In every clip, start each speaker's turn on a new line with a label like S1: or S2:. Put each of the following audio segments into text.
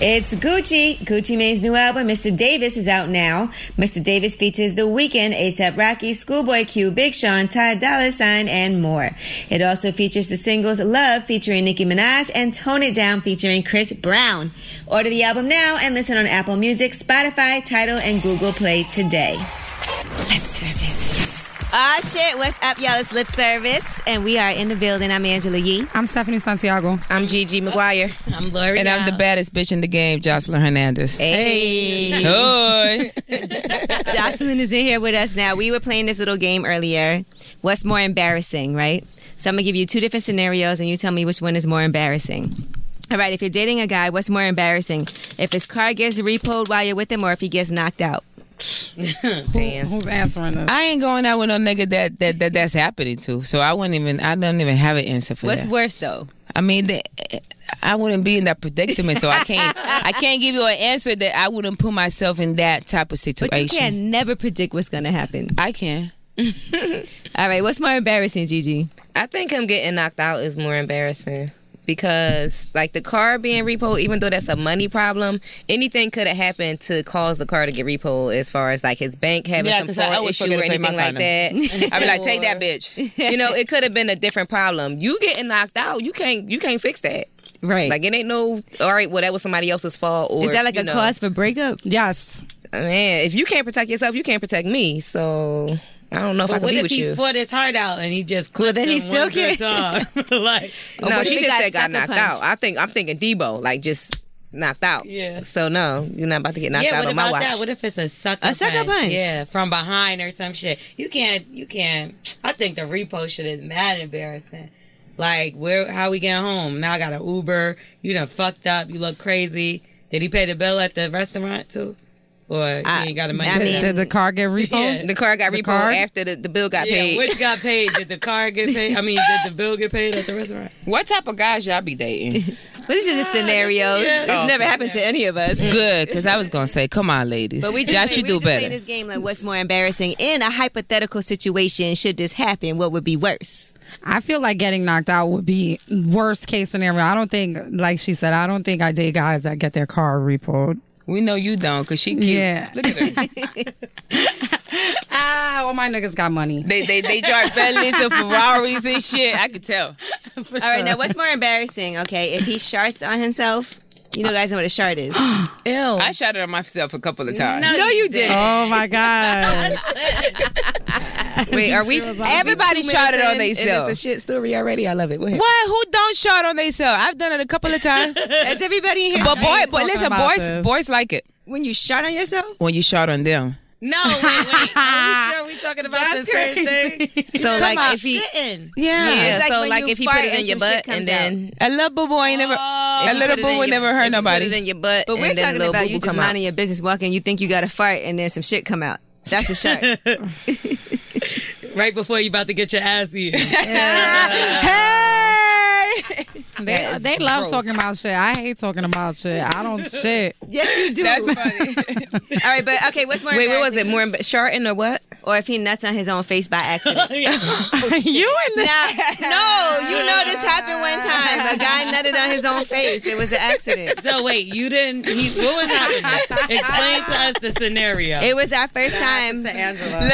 S1: It's Gucci. Gucci Mane's new album, Mr. Davis, is out now. Mr. Davis features The Weeknd, ASAP Rocky, Schoolboy Q, Big Sean, Ty Dolla Sign, and more. It also features the singles Love featuring Nicki Minaj and Tone It Down featuring Chris Brown. Order the album now and listen on Apple Music, Spotify, Tidal, and Google Play today. Lip service. Ah, shit. What's up, y'all? It's Lip Service, and we are in the building. I'm Angela Yee.
S2: I'm Stephanie Santiago.
S3: I'm Gigi McGuire.
S1: I'm Lori.
S3: And I'm the baddest bitch in the game, Jocelyn Hernandez.
S1: Hey.
S3: Hoy.
S1: Jocelyn is in here with us now. We were playing this little game earlier. What's more embarrassing, right? So I'm gonna give you two different scenarios, and you tell me which one is more embarrassing. All right, if you're dating a guy, what's more embarrassing? If his car gets repoed while you're with him, or if he gets knocked out?
S3: Damn.
S2: Who's answering us?
S3: I ain't going out with no nigga that, that, that that's happening to. So I wouldn't even I don't even have an answer for
S1: What's
S3: that.
S1: worse though?
S3: I mean the, I wouldn't be in that predicament, so I can't I can't give you an answer that I wouldn't put myself in that type of situation.
S1: But you can never predict what's gonna happen.
S3: I can.
S1: All right, what's more embarrassing, Gigi?
S4: I think him getting knocked out is more embarrassing because, like, the car being repoed, even though that's a money problem, anything could have happened to cause the car to get repoed as far as like his bank having
S3: Yeah,
S4: some
S3: 'cause I
S4: sort
S3: always
S4: issue
S3: forget
S4: or
S3: to pay my
S4: anything like
S3: car
S4: that.
S3: I'd be like, take that bitch.
S4: you know, it could have been a different problem. You getting knocked out, you can't you can't fix that.
S1: Right.
S4: Like, it ain't no all right. Well, that was somebody else's fault. Or
S1: is that like
S4: you
S1: a
S4: know,
S1: cause for breakup?
S2: Yes.
S4: Man, if you can't protect yourself, you can't protect me. So I don't know if I can
S5: What
S4: be
S5: if
S4: with
S5: he
S4: you.
S5: fought his heart out and he just
S1: Well,
S5: clipped
S1: then he
S5: him
S1: still
S5: one good time? like,
S1: Or
S4: No,
S1: what if
S4: she
S1: he
S4: just
S1: got
S4: said got
S1: sucker
S4: knocked
S1: punched?
S4: out. I think I'm thinking Debo, like just knocked out.
S5: Yeah.
S4: So no, you're not about to get knocked
S5: yeah,
S4: out
S5: what
S4: on my
S5: about
S4: watch.
S5: that? What if it's a sucker?
S1: A sucker punch.
S5: Yeah, from behind or some shit. You can't. You can't. I think the repo shit is mad embarrassing. Like, where? How we getting home? Now I got an Uber. You done fucked up. You look crazy. Did he pay the bill at the restaurant too? Or
S1: I-
S5: you ain't got the money?
S1: I
S2: Did,
S1: mean-
S2: did the car get repoed?
S4: Oh, the car got
S2: The
S4: repoed
S2: car?
S4: after the, the bill got
S5: yeah,
S4: paid.
S5: which got paid? Did the car get paid? I mean, did the bill get paid at the restaurant?
S3: What type of guys y'all be dating?
S1: But this is just scenarios.
S5: yeah,
S1: This
S5: oh,
S1: never happened to any of us.
S3: Good, because I was gonna say, come on, ladies.
S1: But we just,
S3: y'all
S1: play-
S3: should
S1: we
S3: do
S1: just
S3: better.
S1: playing this game like what's more embarrassing in a hypothetical situation. Should this happen, what would be worse?
S2: I feel like getting knocked out would be worst case scenario. I don't think, like she said, I don't think I date guys that get their car repoed.
S3: We know you don't, cause she cute.
S2: Yeah.
S3: Look at her.
S2: Ah, well, my niggas got money.
S3: They they they drive Bentleys and Ferraris and shit. I could tell.
S1: All right, now what's more embarrassing? Okay, if he sharts on himself, you know, guys know what a shart is.
S3: I shot it on myself a couple of times.
S1: no, you did. not
S2: Oh my God.
S4: Wait, are we?
S3: Everybody shot it on themselves.
S4: It's a shit story already. I love it. What?
S3: What? Who don't shot on themselves? I've done it a couple of times.
S1: Is everybody in here?
S3: But boy, but
S2: talking
S3: listen,
S2: about
S3: boys,
S2: this.
S3: boys like it
S1: when you shart on yourself,
S3: when you shot on them.
S5: No, wait, wait. Are we sure we talking about the same thing?
S4: So like if he,
S5: Shitting.
S3: Yeah.
S4: yeah.
S1: It's like
S4: so
S1: when
S4: like
S1: you
S4: if he put
S1: fart
S4: it
S1: and
S4: in your
S1: some shit
S4: butt
S1: comes
S4: and then
S3: A little boo boy ain't never. a
S4: if you
S3: little
S4: Oh. put it in
S3: boo would
S4: your-
S3: never
S4: if
S3: hurt
S4: you
S3: nobody.
S4: Put it in your butt.
S1: but we're
S4: and then
S1: talking
S4: little
S1: about
S4: boo
S1: you
S4: boo
S1: just
S4: come out.
S1: minding your business, walking. You think you got a fart, and then some shit come out. That's a shart.
S5: Right before you about to get your ass eaten.
S3: hey.
S2: They, they love talking about shit. I hate talking about shit. I don't shit.
S1: yes, you do.
S3: That's funny.
S1: All right, but okay, what's more?
S4: Wait, what was
S1: embarrassing?
S4: it? More emba- sharting or what?
S1: Or if he nuts on his own face by accident.
S2: you and the
S1: Now, no, you know this happened one time. A guy nutted on his own face. It was an accident.
S5: So wait, you didn't. He, what was happening? Explain to us the scenario.
S1: It was our first time.
S2: Angela.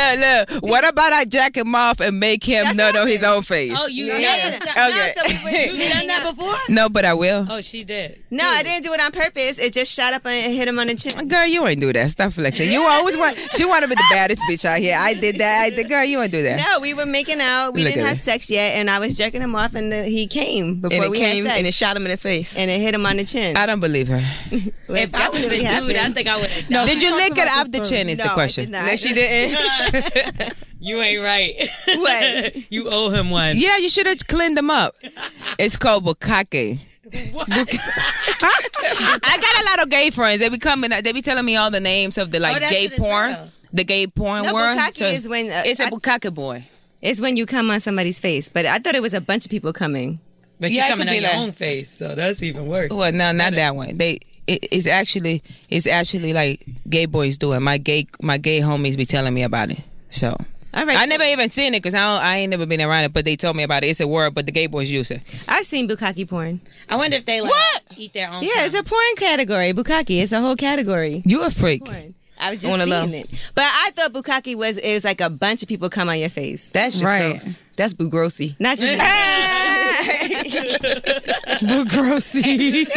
S3: look, look. What about I jack him off and make him
S1: That's
S3: nut
S1: what
S3: on his own face?
S5: oh, you
S1: No,
S5: done-
S1: no, no, no,
S3: Okay.
S1: so we were
S5: you done
S1: meeting
S5: that
S1: up.
S5: before?
S3: No, but I will.
S5: Oh, she did.
S1: No, I didn't do it on purpose. It just shot up and hit him on the chin.
S3: Girl, you ain't do that. Stop flexing. You always want. She want to be the baddest bitch out here. I did that. I did. Girl, you ain't do that.
S1: No, we were making out. We
S3: Look
S1: didn't
S3: at
S1: have
S3: it.
S1: sex yet, and I was jerking him off, and uh, he came before
S4: And it
S1: we
S4: came
S1: had sex,
S4: and it shot him in his face.
S1: And it hit him on the chin.
S3: I don't believe her.
S1: Like,
S5: If I
S1: that
S5: was a
S1: really
S5: dude, I
S1: happened.
S5: think I would have.
S2: No,
S3: Did
S2: she
S3: you
S2: talked
S3: lick it
S2: about
S3: off the
S2: this
S3: chin? Is
S1: No,
S3: the
S1: I
S3: question.
S1: did not. No, she
S3: didn't.
S5: You ain't right.
S1: What?
S5: you owe him one.
S3: yeah, you should have cleaned them up. It's called bukake.
S5: What?
S3: I got a lot of gay friends. They be coming. They be telling me all the names of the like
S5: Oh, that
S3: gay
S5: shit is
S3: porn,
S5: real.
S3: the gay porn
S1: No,
S3: world.
S1: bukkake is when, uh,
S3: it's a
S1: I-
S3: bukake boy.
S1: It's when you come on somebody's face, but I thought it was a bunch of people coming.
S5: But
S3: Yeah,
S5: you're
S3: it
S5: coming
S3: could
S5: on
S3: be
S5: your
S3: like-
S5: own face, so that's even worse.
S3: Well, no, not that one. They it, it's actually it's actually like gay boys do it. My gay my gay homies be telling me about it. So
S4: All right.
S3: I never even seen it because I, don't- I ain't never been around it, but they told me about it. It's a word, but the gay boys use it.
S4: I've seen bukkake porn.
S5: I wonder if they like
S3: What?
S5: eat their own.
S4: Yeah, it's a porn category. Bukkake. It's a whole category.
S3: You a freak.
S4: Porn. I was just
S3: On the low.
S4: seeing it, but I thought bukkake was is like a bunch of people come on your face,
S2: That's just right. gross.
S4: That's boo grossy. Not just
S2: But grossy.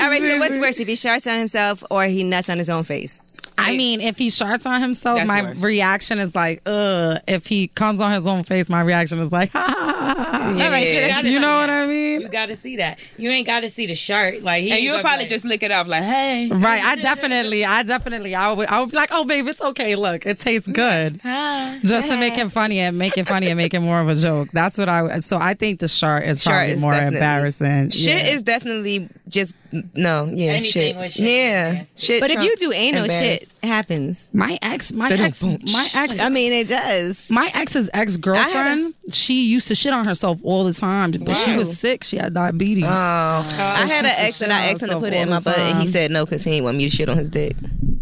S4: all right. So what's worse, if he sharts on himself or he nuts on his own face?
S2: I mean, if he sharts on himself,
S3: That's
S2: my
S3: worse.
S2: reaction is like, ugh. If he comes on his own face, my reaction is like, ha ha. ha.
S3: Yeah.
S5: All right, so that's-
S2: You know what I
S5: You
S2: mean?
S5: gotta see that. You ain't gotta see the shirt. Like he
S3: And
S5: ain't
S3: you'll
S5: gonna be
S3: probably
S5: like,
S3: just lick it off like, hey.
S2: Right. I definitely, I definitely, I would, I would be like, oh, babe, it's okay. Look, it tastes good. Just to make it funny and make it funny and make it more of a joke. That's what I would. So I think the shart is
S4: Shart
S2: probably
S4: is
S2: more
S4: definitely-
S2: embarrassing.
S1: Shit
S2: Yeah.
S1: is definitely just no, yeah,
S5: Anything
S1: shit.
S5: with shit.
S1: Yeah, shit.
S4: But if you
S1: trumps
S4: do anal,
S1: embarrassed.
S4: shit happens.
S2: my ex, my
S1: They don't
S2: ex,
S1: boom.
S2: my ex
S4: I mean, it does.
S2: My ex's ex girlfriend, she used to shit on herself all the time, but she was sick. She had diabetes.
S4: Oh.
S3: Oh,
S4: Uh, I had an
S2: she
S4: ex
S2: shit
S4: and I
S2: on
S4: asked him to
S2: herself
S4: put it in
S2: all
S4: my
S2: the
S4: butt, and he
S2: time.
S4: said no because he didn't want me to shit on his dick.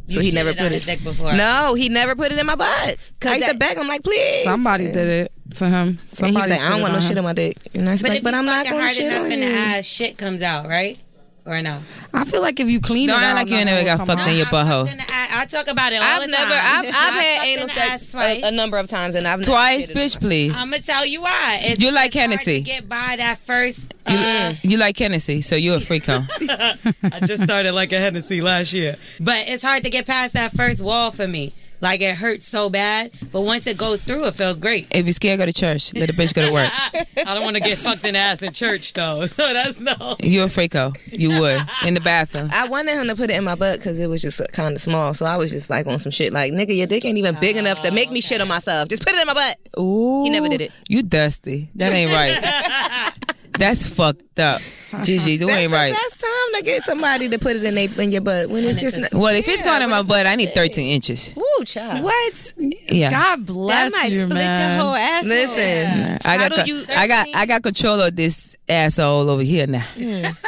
S4: So he
S5: shit
S4: never
S5: on
S4: put
S5: his
S4: it.
S5: dick before.
S4: No, he never put it in my butt. Cause I used to
S5: that-
S4: beg him like, please.
S2: Somebody did it to him.
S4: And he
S2: Somebody
S4: was like, I don't
S2: shitted
S4: want no
S2: on
S4: shit
S2: him.
S4: on my dick. And I was
S5: But
S4: like,
S5: if
S4: but
S5: you
S4: I'm not
S5: fucking
S4: going to
S5: hard
S4: shit
S5: enough
S4: on
S5: in
S4: you.
S5: the ass, shit comes out, right? Or no?
S2: I feel like if you clean
S3: No,
S2: it
S3: I
S2: out,
S3: like you ain't
S2: nothing will
S3: never got
S2: come
S3: fucked
S2: out.
S3: in your butthole.
S5: Fucked in the ass. I talk about it all
S4: I've
S5: the
S4: never,
S5: time.
S4: I've, I've had
S5: fucked in
S4: anal
S5: the ass
S4: sex
S5: twice.
S4: a, a number of times, and I've never
S3: Twice,
S4: shitted on
S3: bitch, please.
S5: I'm gonna tell you why. Uh, It's,
S3: You like
S5: it's hard to
S3: Hennessy.
S5: Get by that first.
S3: You,
S5: uh,
S3: you like Hennessy, so you're a freak, huh?
S5: I just started like a Hennessy last year, but it's hard to get past that first wall for me. Like it hurts so bad, but once it goes through, it feels great.
S3: if you're scared, go to church. Let a bitch go to work.
S5: I don't want to get fucked in the ass in church though, so that's no.
S3: You're a freako. You would. In the bathroom.
S4: I wanted him to put it in my butt because it was just kind of small. So I was just like on some shit like, nigga, your dick ain't even big enough to
S5: Oh,
S4: make me shit on myself. Just put it in my butt.
S3: Ooh.
S4: He never did it.
S3: You dusty. That ain't right. That's fucked up. Gigi, you ain't right.
S4: That's time to get somebody to put it in they, in your butt when it's just not,
S3: Well, if it's going in my butt, I need 13 inches.
S4: woo child.
S2: What?
S3: Yeah.
S2: God bless you, man.
S5: ass.
S4: Listen,
S3: I
S4: how
S3: got,
S4: do
S3: co-
S4: you-
S3: I got I got control of this asshole over here now.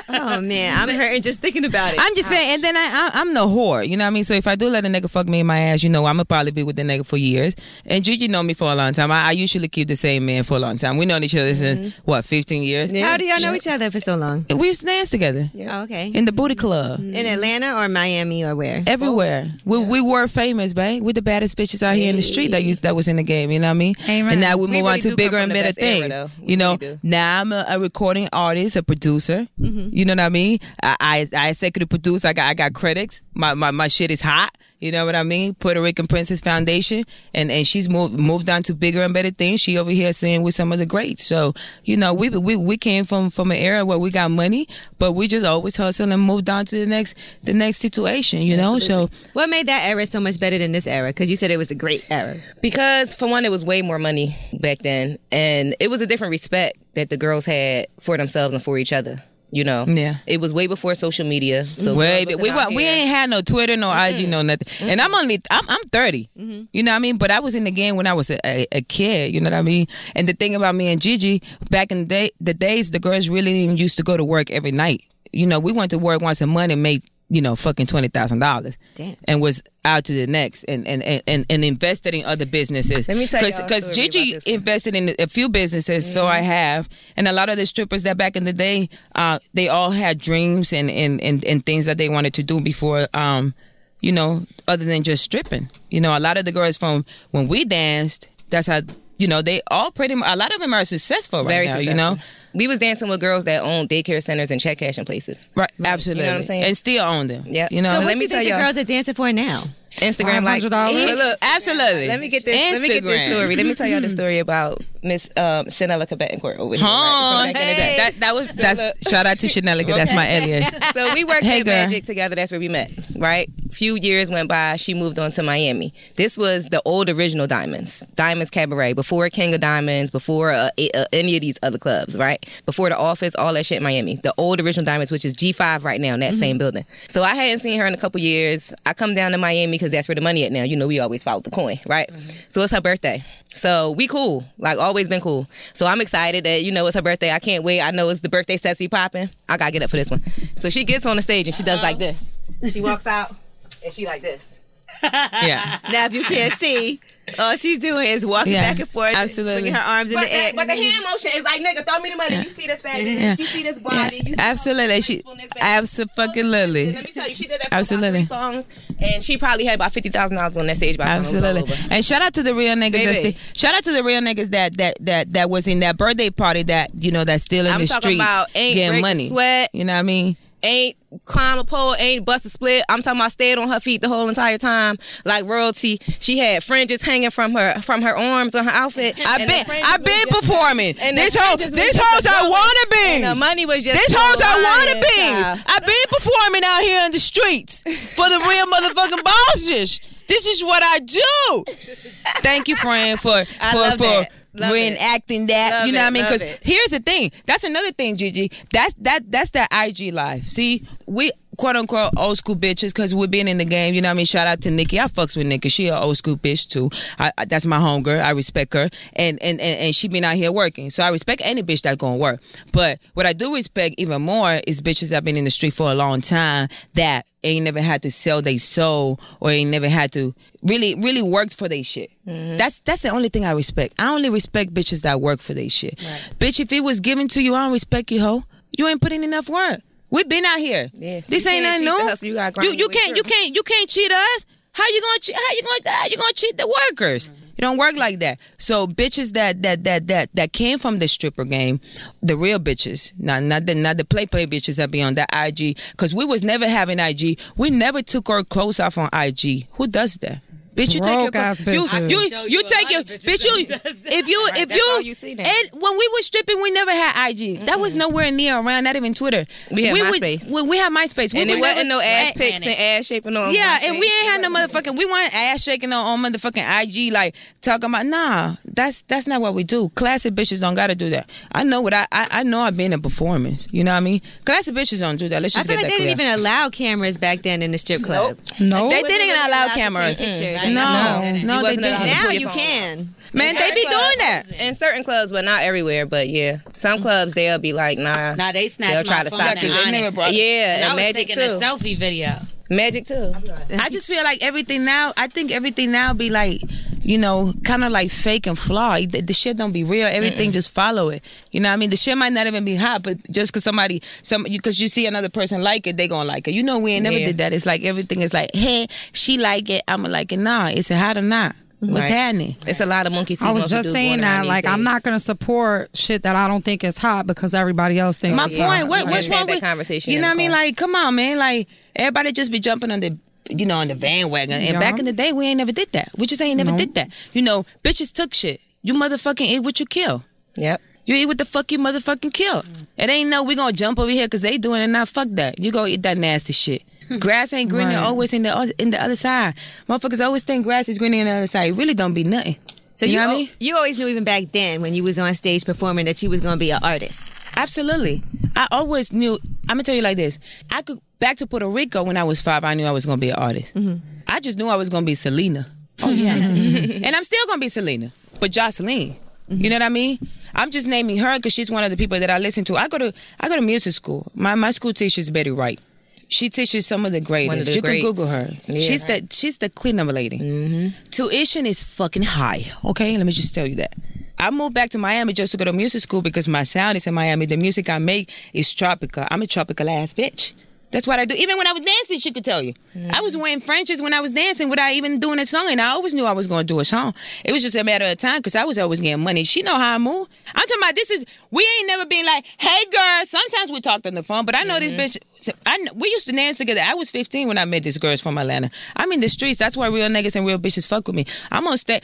S4: oh man, I'm hurting just thinking about it.
S3: I'm just saying, and then I, I I'm no whore, you know what I mean. So if I do let a nigga fuck me in my ass, you know I'm gonna probably be with the nigga for years. And Gigi know me for a long time. I, I usually keep the same man for a long time. We known each other since
S4: Mm-hmm.
S3: what 15 years.
S4: How do y'all know each other for so long?
S3: We used to dance together
S4: Oh, okay.
S3: in the booty club
S1: Mm-hmm.
S4: In Atlanta or Miami or where?
S3: everywhere. We, we were famous, babe. We're the baddest bitches out here in the street that used, that was in the game. You know what I mean?
S2: Amen.
S3: And now we move
S4: really
S3: on
S4: do
S3: to
S4: come
S3: bigger
S4: from
S3: and
S4: the
S3: better
S4: best era,
S3: things.
S4: though. We
S3: you know,
S4: really do. Mm-hmm.
S3: now I'm a, a recording artist, a producer. You know what I mean? I, I I executive produce. I got I got credits. My my, my shit is hot. You know what I mean? Puerto Rican Princess Foundation, and and she's moved moved on to bigger and better things. She over here singing with some of the greats. So you know, we we we came from from an era where we got money, but we just always hustle and moved on to the next the next situation. You know, so
S4: What made that era so much better than this era? Because you said it was a great era. Because for one, it was way more money back then, and it was a different respect that the girls had for themselves and for each other. You know,
S3: Yeah.
S4: it was way before social media. So
S3: Way,
S4: girls
S3: but
S4: wasn't
S3: we
S4: out
S3: wa- we
S4: here.
S3: ain't had no Twitter, no IG, no nothing. And I'm only I'm I'm 30.
S4: Mm-hmm.
S3: You know what I mean? But I was in the game when I was a, a, a kid. You know what I mean? And the thing about me and Gigi back in the day, the days the girls really didn't used to go to work every night. You know, we went to work once a month and made you know fucking twenty thousand dollars.
S4: Damn.
S3: And was out to the next and and and, and, and invested in other businesses.
S4: Let me tell y'all a
S3: because
S4: story about
S3: Gigi
S4: this one.
S3: invested in a few businesses, so
S4: Mm-hmm.
S3: I have. And a lot of the strippers that back in the day, uh, they all had dreams and, and, and, and things that they wanted to do before, um, you know, other than just stripping. You know, a lot of the girls from when we danced, that's how, you know, they all pretty much, a lot of them are successful right
S4: Very
S3: now,
S4: successful.
S3: you know?
S4: we was dancing with girls that owned daycare centers and check cashing places.
S3: Right, absolutely.
S4: You know what I'm saying?
S3: And still own them.
S4: Yep.
S3: You know,
S4: So what you think the girls
S1: are dancing for now.
S4: Instagram like
S2: $500?
S4: But look,
S3: absolutely.
S4: Let me get this. Let me get this
S3: Instagram.
S4: story. Let me tell y'all the story about Miss um, Chanela Court over here.
S3: Oh,
S4: right, from back in the day.
S3: hey. that, that was that's shout out to Chanel. That's my alias.
S4: so we worked
S3: Hey,
S4: at
S3: girl.
S4: Magic together. That's where we met, right? Few years went by. She moved on to Miami. This was the old original Diamonds, Diamonds Cabaret, before King of Diamonds, before uh, a- uh, any of these other clubs, right? Before the Office, all that shit in Miami. The old original Diamonds, which is G5 right now in
S3: Mm-hmm.
S4: that same building. So I hadn't seen her in a couple years. I come down to Miami because that's where the money at now. You know, we always follow the coin, right?
S3: Mm-hmm.
S4: So it's her birthday. So we cool, like always been cool. So I'm excited that you know it's her birthday. I can't wait. I know it's the birthday sets be popping. I gotta get up for this one. So she gets on the stage and she does like this. She walks out and she like this.
S3: Yeah.
S4: Now if you can't see,
S1: All she's doing is walking
S3: Yeah,
S1: back and forth,
S3: absolutely.
S1: swinging her arms in
S4: But
S1: the air.
S4: the, but the hand motion is like, nigga, throw me the money. You see this fat
S3: Yeah.
S4: You see this body. You see
S3: Absolutely. She
S4: And
S3: absolutely.
S4: Let me tell you, she did that for
S3: Absolutely.
S4: Absolutely. songs, and she probably had about fifty thousand dollars on that stage by the time it was all
S3: Absolutely.
S4: over.
S3: And shout out to the real niggas. That's
S4: Baby.
S3: shout out to the real niggas that that that that was in that birthday party that you know that's still in
S4: I'm
S3: the
S4: talking
S3: streets
S4: about ain't
S3: getting
S4: break a
S3: money.
S4: sweat.
S3: You know what I mean?
S4: Ain't climb a pole, ain't bust a split. I'm talking about stayed on her feet the whole entire time, like royalty. She had fringes hanging from her from her arms on her outfit.
S3: I've
S4: and the
S3: been
S4: fringes
S3: I've
S4: was
S3: been
S4: just-
S3: performing.
S4: and the
S3: This whole
S4: fringes was
S3: this
S4: just
S3: hoes
S4: a
S3: are
S4: joke. And
S3: wannabes.
S4: the money was just
S3: This hoes are
S4: lying,
S3: wannabes.
S4: child.
S3: I've been performing out here in the streets for the real motherfucking bosses. This is what I do. Thank you, friend, for for
S4: love
S3: for
S4: that. Love
S3: reenacting that.
S4: Love
S3: you know
S4: it,
S3: what I mean?
S4: love
S3: Because
S4: it.
S3: here's the thing. That's another thing, Gigi. That's that that's that IG life. See, we quote unquote old school bitches because we've been in the game. You know what I mean? Shout out to Nikki. I fucks with Nikki. She an old school bitch too. I, I, that's my homegirl. I respect her. And, and and and she been out here working. So I respect any bitch that gonna work. But what I do respect even more is bitches that been in the street for a long time that ain't never had to sell their soul or ain't never had to really really worked for their shit.
S4: Mm-hmm.
S3: That's that's the only thing I respect. I only respect bitches that work for their shit. Bitch, if it was given to you, I don't respect you, hoe. You ain't putting enough work. We've been out here.
S4: Yeah.
S3: This
S4: You
S3: ain't
S4: can't
S3: nothing
S4: cheat the
S3: new.
S4: hustle, you gotta grind
S3: you,
S4: your
S3: you
S4: way
S3: can't you
S4: through.
S3: can't you can't cheat us. How you gonna che- how you gonna how you gonna cheat the workers? It don't work like that. So bitches that that that that that came from the stripper game, the real bitches, not not the not the play play bitches that be on that IG. Cause we was never having IG. We never took our clothes off on IG. Who does that? Bitch, you take your
S2: Broke ass
S3: clo- you,
S2: bitches.
S3: you,
S5: I can show
S3: you,
S5: you a
S3: take
S5: lot
S3: your
S5: of bitches
S3: bitch. You
S5: that does that.
S3: if you if
S4: that's
S3: you,
S4: all you see now.
S3: and when we was stripping, we never had IG. That was nowhere near around. Not even Twitter.
S4: We had
S3: would-
S4: MySpace.
S3: when we had MySpace, we
S4: And it
S3: would
S4: wasn't
S3: never-
S4: no ass
S3: I-
S4: pics and ass shaping on.
S3: yeah,
S4: my
S3: and
S4: face.
S3: we ain't had no motherfucking. We want ass shaking on, on motherfucking IG, like talking about nah. That's that's not what we do. Classic bitches don't gotta do that. I know what I I, I know. I've been in performance. You know what I mean? Classic bitches don't do that. Let's
S1: I
S3: just
S1: feel
S3: get
S1: like they
S3: that
S1: didn't
S3: clear.
S1: even allow cameras back then in the strip club.
S2: No,
S3: they didn't
S1: really
S3: allow
S1: allowed to take
S3: cameras.
S1: pictures.
S3: No,
S5: No.
S3: no,
S4: You
S3: they
S4: wasn't allowed
S3: didn't.
S4: to
S1: Now
S4: Put your
S1: you
S4: phone
S1: can.
S3: Man, they be doing that.
S4: in certain clubs, but not everywhere. But yeah, some clubs they'll be like, nah,
S5: Now they snatched
S4: They'll try
S5: my
S4: to
S5: phone
S4: stop
S5: and
S4: you.
S3: They
S5: on
S3: never
S5: it.
S3: brought-
S4: yeah,
S5: And I
S4: and
S5: was
S4: magic
S5: taking
S4: too,
S5: a selfie video.
S4: magic too.
S3: I just feel like everything now. I think everything now be like, you know, kind of like fake and flawed. The, the shit don't be real. Everything just follow it. You know, what I mean, the shit might not even be hot, but just cause somebody, some, you, cause you see another person like it, they gonna like it. You know, we ain't never
S4: Yeah.
S3: did that. It's like everything is like, hey, she like it, I'ma like it. Nah, is it hot or not? What's
S4: Right.
S3: happening?
S4: It's a lot of monkey see.
S2: I was
S4: monkey
S2: just
S4: do
S2: saying
S4: going around
S2: that.
S4: these
S2: Like, I'm
S4: days.
S2: not gonna support shit that I don't think is hot because everybody else thinks.
S3: My
S2: it's
S3: point.
S2: hot.
S3: What,
S4: We
S3: what's
S4: just had
S3: wrong
S4: that
S3: with
S4: conversation
S3: You
S4: in
S3: know what
S4: the
S3: I mean?
S4: car.
S3: Like, come on, man. Like everybody just be jumping on the, you know, on the bandwagon. And
S2: Yeah.
S3: back in the day, we ain't never did that. We just ain't never did that. You know, bitches took shit. You motherfucking eat what you kill.
S4: Yep.
S3: You eat what the fuck you motherfucking kill. It ain't no we gonna jump over here because they doing it now. Fuck that. You go eat that nasty shit. Grass ain't greener
S2: Right.
S3: always in the oth- in the other side. Motherfuckers always think grass is greener on the other side. It really don't be nothing.
S1: So
S3: You
S1: you,
S3: know what I
S1: al-
S3: mean?
S1: you always knew even back then when you was on stage performing that you was going to be an artist.
S3: Absolutely. I always knew. I'm gonna tell you like this. I could back to Puerto Rico when I was five. I knew I was gonna be an artist. I just knew I was gonna be Selena. Oh yeah, and I'm still gonna be Selena, but Jocelyn. You know what I mean? I'm just naming her because she's one of the people that I listen to. I go to I go to music school. My my school teacher is Betty Wright. She teaches some of the greatest.
S4: the
S3: you
S4: greats.
S3: can Google her.
S4: Yeah.
S3: she's the she's the clean number lady. Tuition is fucking high. Okay, let me just tell you that. I moved back to Miami just to go to music school because my sound is in Miami. The music I make is tropical. I'm a tropical ass bitch. That's what I do. Even when I was dancing, she could tell you. I was wearing Frenches when I was dancing without even doing a song, and I always knew I was going to do a song. It was just a matter of time because I was always getting money. She know how I move. I'm talking about this is we ain't never been like, hey girl. Sometimes we talked on the phone, but I know this bitch. I kn- we used to dance together. I was 15 when I met this girl from Atlanta. I'm in the streets. That's why real niggas and real bitches fuck with me. I'm on stage.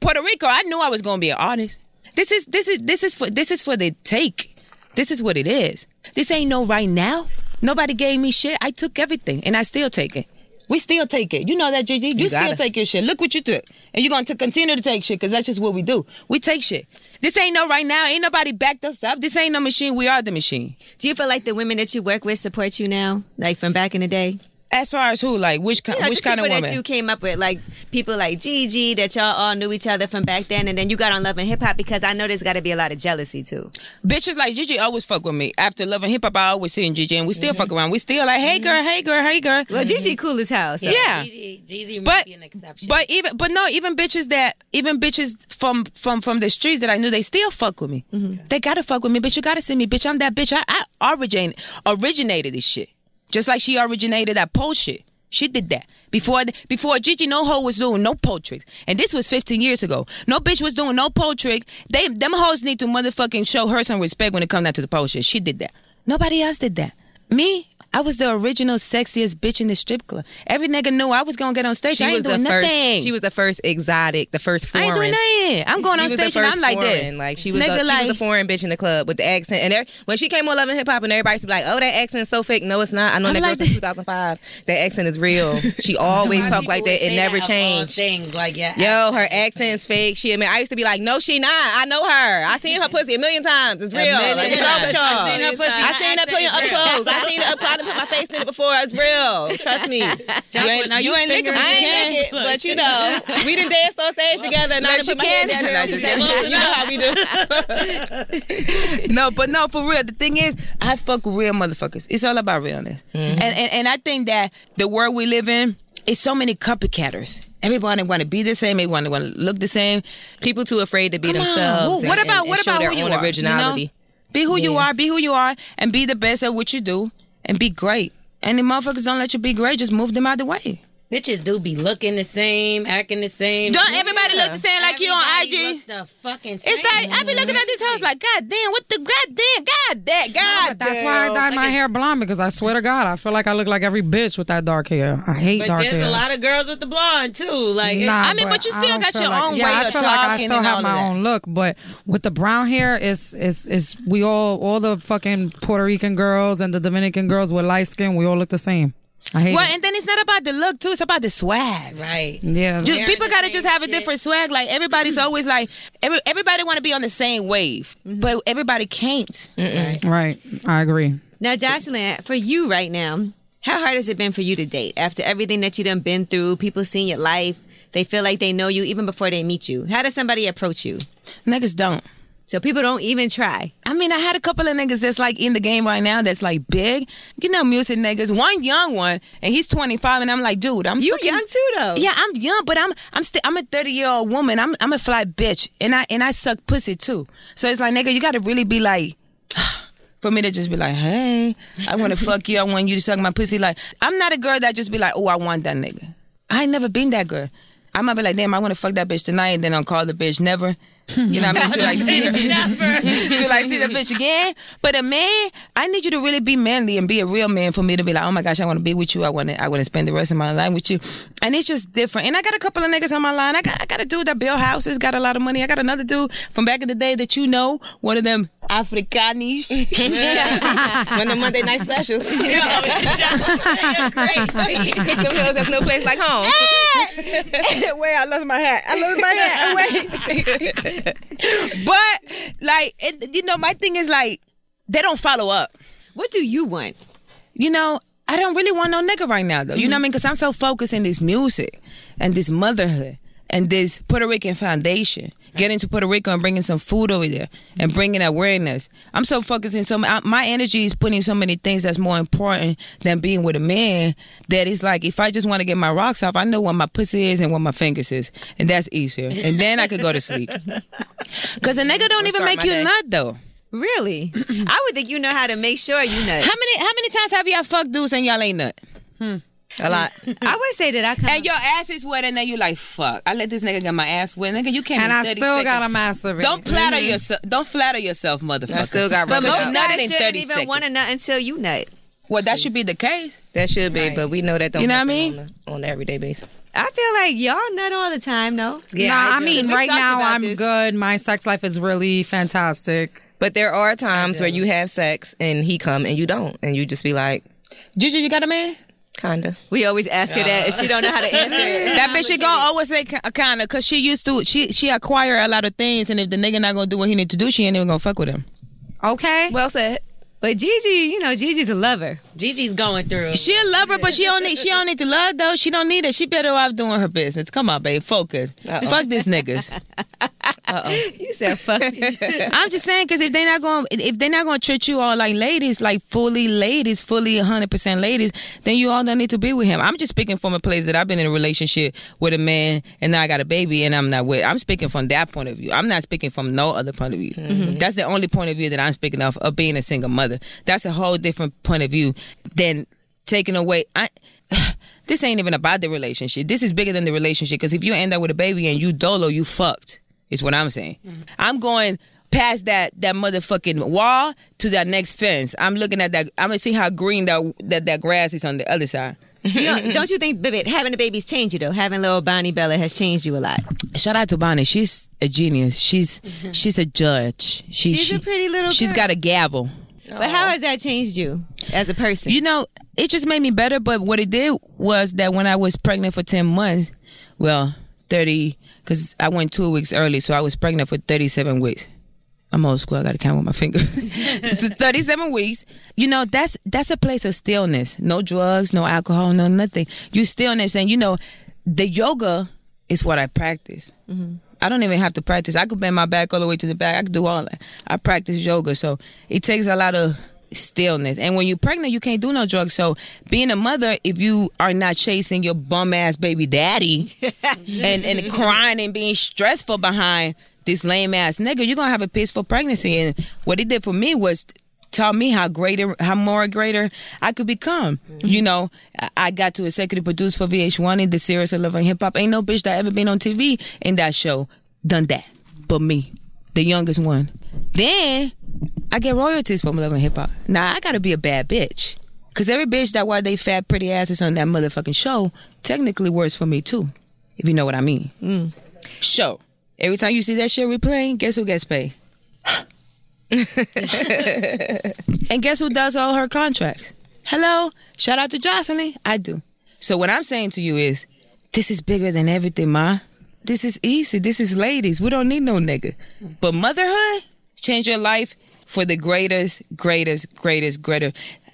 S3: Puerto Rico. I knew I was going to be an artist. This is this is this is for this is for the take. This is what it is. This ain't no right now. Nobody gave me shit. I took everything and I still take it. We still take it. You know that, Gigi. You, still
S4: gotta.
S3: take your shit. Look what you took. And you're going to continue to take shit because that's just what we do. We take shit. This ain't no right now. Ain't nobody backed us up. This ain't no machine. We are the machine.
S1: Do you feel like the women that you work with support you now, like from back in the day?
S3: As far as who, like which kind,
S1: You know,
S3: which
S1: just
S3: kind of
S1: people
S3: woman?
S1: that you came up with, like people like Gigi, that y'all all knew each other from back then, and then you got on Love and Hip Hop because I know there's got to be a lot of jealousy too.
S3: Bitches like Gigi always fuck with me. After loving hip hop, I always seeing Gigi, and we still fuck around. We still like, hey girl, hey girl, hey girl.
S1: Well, Gigi cool as hell. So.
S3: yeah.
S5: Jeezy, Jeezy
S3: But-
S5: might be an exception.
S3: But even but no, even bitches that even bitches from from from the streets that I knew they still fuck with me. They gotta fuck with me, bitch. You gotta see me, bitch. I'm that bitch. I, I origin originated this shit. Just like she originated that pole shit. She did that before before Gigi no hoe was doing no pole tricks, and this was 15 years ago. No bitch was doing no pole trick. They them hoes need to motherfucking show her some respect when it comes down to the pole shit. She did that. Nobody else did that. Me. I was the original sexiest bitch in the strip club. Every nigga knew I was gonna get on stage. I ain't doing
S4: the first.
S3: nothing.
S4: She was the first exotic, the first
S3: I ain't
S4: foreign.
S3: doing nothing. I'm going
S4: She
S3: on
S4: was the
S3: stage and
S4: first
S3: I'm like that.
S4: foreign. Like she was,
S3: Nigga,
S4: the, she was
S3: like,
S4: the foreign bitch in the club with the accent. And there, when she came on Love and Hip Hop, and everybody be like, "Oh, that accent's so fake." No, it's not. I know
S3: I'm
S4: that girl
S3: like
S4: since
S3: that.
S4: 2005. That accent is real. She always talk like that. It never changed.
S5: Things like yeah,
S4: Yo, her accent's fake. She, I mean, I used to be like, no, she not. I know her. I seen her pussy a million times. It's real. Like, what's wrong with y'all?
S5: I seen her pussy.
S4: I
S5: Her
S4: seen her put it up close. I seen it up close. I done put my face in it before. It's real. Trust me.
S5: Jocelyn, now you ain't
S3: licking
S4: I ain't naked, but you know, we done danced on stage together, and I
S3: Yes,
S4: done put
S3: you
S4: my hand
S3: can. No, you
S4: down there. and she said,
S3: can.
S4: "Well, You know how we do.
S3: no, but no, for real. The thing is, I fuck with real motherfuckers. It's all about realness.
S4: Mm-hmm.
S3: And, and and I think that the world we live in is so many copycatters. Everybody want to be the same. Everyone want to look the same.
S4: People too afraid to be
S3: Come on.
S4: themselves.
S3: Who- what
S4: and-
S3: about
S4: and
S3: what
S4: show
S3: about
S4: their
S3: who you
S4: own
S3: are?
S4: originality?
S3: You know? Be who you
S4: Yeah.
S3: are. Be who you are, and be the best at what you do, and be great. And the motherfuckers don't let you be great. Just move them out the way.
S5: Bitches do be looking the same, acting the same.
S3: Don't everybody look the same like you on IG?
S5: Everybody look the fucking same.
S3: It's like I be looking at this house like, God damn, what the God damn, God damn, God.
S2: But that's why I dyed my hair blonde because I swear to God, I feel like I look like every bitch with that dark hair. I hate
S5: But
S2: dark
S5: there's
S2: hair.
S5: a lot of girls with the blonde too. Like it's-
S2: Nah,
S3: I mean, but you still
S2: don't
S3: got
S2: feel
S3: your own
S2: yeah,
S3: way
S2: I
S3: of
S2: feel like I
S3: talking
S2: still
S3: and
S2: have
S3: all of
S2: my
S3: that.
S2: own look, but with the brown hair, it's it's it's we all all the fucking Puerto Rican girls and the Dominican girls with light skin. We all look the same. I hate
S3: Well,
S2: it.
S3: and then it's not about the look too; it's about the swag.
S5: right.
S2: Yeah,
S3: You-
S5: Wearing
S3: people
S5: the
S3: gotta
S5: same
S3: just have a
S5: shit.
S3: different swag. Like everybody's
S1: Mm-hmm.
S3: always like, every, everybody want to be on the same wave, but everybody can't.
S1: Mm.
S2: right. I agree.
S1: Now, Jocelyn, for you right now, how hard has it been for you to date after everything that you done been through? People seeing your life, they feel like they know you even before they meet you. How does somebody approach you?
S3: Niggas don't.
S1: So people don't even try.
S3: I mean, I had a couple of niggas that's like in the game right now that's like big. You know, music niggas. One young one, and he's 25, and I'm like, dude, I'm
S1: You
S3: fucking-
S1: young too, though.
S3: Yeah, I'm young, but I'm I'm still I'm a 30 year old woman. I'm I'm a fly bitch, and I and I suck pussy too. So it's like nigga, you gotta really be like. For me to just be like, hey, I want to fuck you. I want you to suck my pussy. Like, I'm not a girl that just be like, oh, I want that nigga. I ain't never been that girl. I might be like, damn, I want to fuck that bitch tonight, and then I'll call the bitch never. You know what I mean? To like see her, to like see the bitch again. But a man, I need you to really be manly and be a real man for me to be like, oh my gosh, I want to be with you. I want to, I want to spend the rest of my life with you. And it's just different. And I got a couple of niggas on my line. I got, I got a dude that built houses, got a lot of money. I got another dude from back in the day that you know, one of them Africanish.
S4: When the Monday night specials. Yo, crazy. Pick them hills up no place like home.
S3: Wait, I lost my hat. I lost my hat. Wait. but like, it, you know, my thing is like, they don't follow up.
S1: What do you want?
S3: you know, I don't really want no nigga right now, though. You know what I mean? Because I'm so focused in this music and this motherhood and this Puerto Rican foundation. Getting to Puerto Rico and bringing some food over there and bringing awareness. I'm so focused in so I, my energy is putting so many things that's more important than being with a man. That it's like if I just want to get my rocks off, I know what my pussy is and what my fingers is, and that's easier. And then I could go to sleep. Because a nigga don't even
S4: start
S3: make
S4: my
S3: you
S4: day.
S3: nut though.
S1: Really? I would think you know how to make sure you know.
S3: How many how many times have y'all fucked dudes and y'all ain't nut?
S4: A lot.
S1: I would say that I come.
S3: And your ass is wet, and then you like, fuck. I let this nigga get my ass wet, nigga. You can't.
S2: And
S3: in
S2: I
S3: 30
S2: still got a
S3: seconds.
S2: masturbate.
S3: Don't
S2: Mm-hmm.
S3: flatter yourself. Don't flatter yourself, motherfucker.
S4: I still got
S1: but
S4: rubbers
S1: most
S3: Because she's
S4: out.
S3: not
S1: guys
S3: in
S1: shouldn't
S3: 30
S1: even
S3: seconds.
S1: want to nut until you nut.
S3: Well, that should be the case.
S4: That should be, but we know that don't
S3: You know what I
S4: happen
S3: mean?
S4: on, the, on the everyday basis.
S1: I feel like y'all nut all the time, no?
S4: Yeah,
S2: nah, I,
S4: do.
S2: mean,
S1: We
S2: right
S1: talked
S2: now
S1: about
S2: I'm
S1: this.
S2: good. My sex life is really fantastic.
S4: But there are times where you have sex and he come and you don't, and you just be like,
S3: Juju, you got a man?
S4: kinda.
S1: We always ask her that, and she don't know how to answer it.
S3: That bitch is gonna always say kind of, cause she used to. She she acquire a lot of things, and if the nigga not gonna do what he need to do, she ain't even gonna fuck with him.
S2: Okay.
S4: Well said.
S1: But Gigi, you know, Gigi's a lover.
S5: Gigi's going through.
S3: She a lover, but she don't need she don't need to love though. She don't need it. She better off doing her business. Come on, babe, focus. Fuck these niggas.
S1: You said fuck.
S3: I'm just saying because if they're not going if they're not going to treat you all like ladies, like fully ladies, fully 100 percent ladies, then you all don't need to be with him. I'm just speaking from a place that I've been in a relationship with a man and now I got a baby and I'm not with. I'm speaking from that point of view. I'm not speaking from no other point of view. That's the only point of view that I'm speaking of of being a single mother. That's a whole different point of view than taking away. I, this ain't even about the relationship. This is bigger than the relationship because if you end up with a baby and you dolo, you fucked. Is what I'm saying.
S1: Mm-hmm.
S3: I'm going past that that motherfucking wall to that next fence. I'm looking at that. I'm gonna see how green that that, that grass is on the other side.
S1: You
S5: Mm-hmm.
S1: don't, don't you think, baby, having a baby's changed you though? Having little Bonnie Bella has changed you a lot.
S3: Shout out to Bonnie. She's a genius. She's she's a judge.
S1: Mm-hmm.
S3: She,
S1: She's
S3: she,
S1: a pretty little.
S3: She's
S1: girl.
S3: got a gavel.
S1: But
S5: Oh.
S1: how has that changed you as a person?
S3: You know, it just made me better. But what it did was that when I was pregnant for 10 months, well, 30, because I went two weeks early, so I was pregnant for 37 weeks. I'm old school. I got to count with my fingers. It's 37 weeks. You know, that's that's a place of stillness. No drugs, no alcohol, no nothing. You stillness, and you know, the yoga is what I practice. I don't even have to practice. I could bend my back all the way to the back. I could do all that. I practice yoga, so it takes a lot of stillness. And when you're pregnant, you can't do no drugs. So being a mother, if you are not chasing your bum ass baby daddy and and crying and being stressful behind this lame ass nigga, you're gonna have a peaceful pregnancy. And what it did for me was taught me how greater, how more greater I could become. You know, I- I got to executive produce for VH1 in the series of Love and Hip Hop. Ain't no bitch that ever been on TV in that show done that, but me, the youngest one. Then I get royalties from Love and Hip Hop. Now I gotta be a bad bitch. Cause every bitch that while they fat pretty asses on that motherfucking show technically works for me too, if you know what I mean. Show. Every time you see that shit replaying, guess who gets paid? And guess who does all her contracts? Hello, shout out to Jocelyn. I do. So what I'm saying to you is, this is bigger than everything, ma. This is easy. This is ladies. We don't need no nigga. But motherhood change your life for the greatest, greatest, greatest, greater.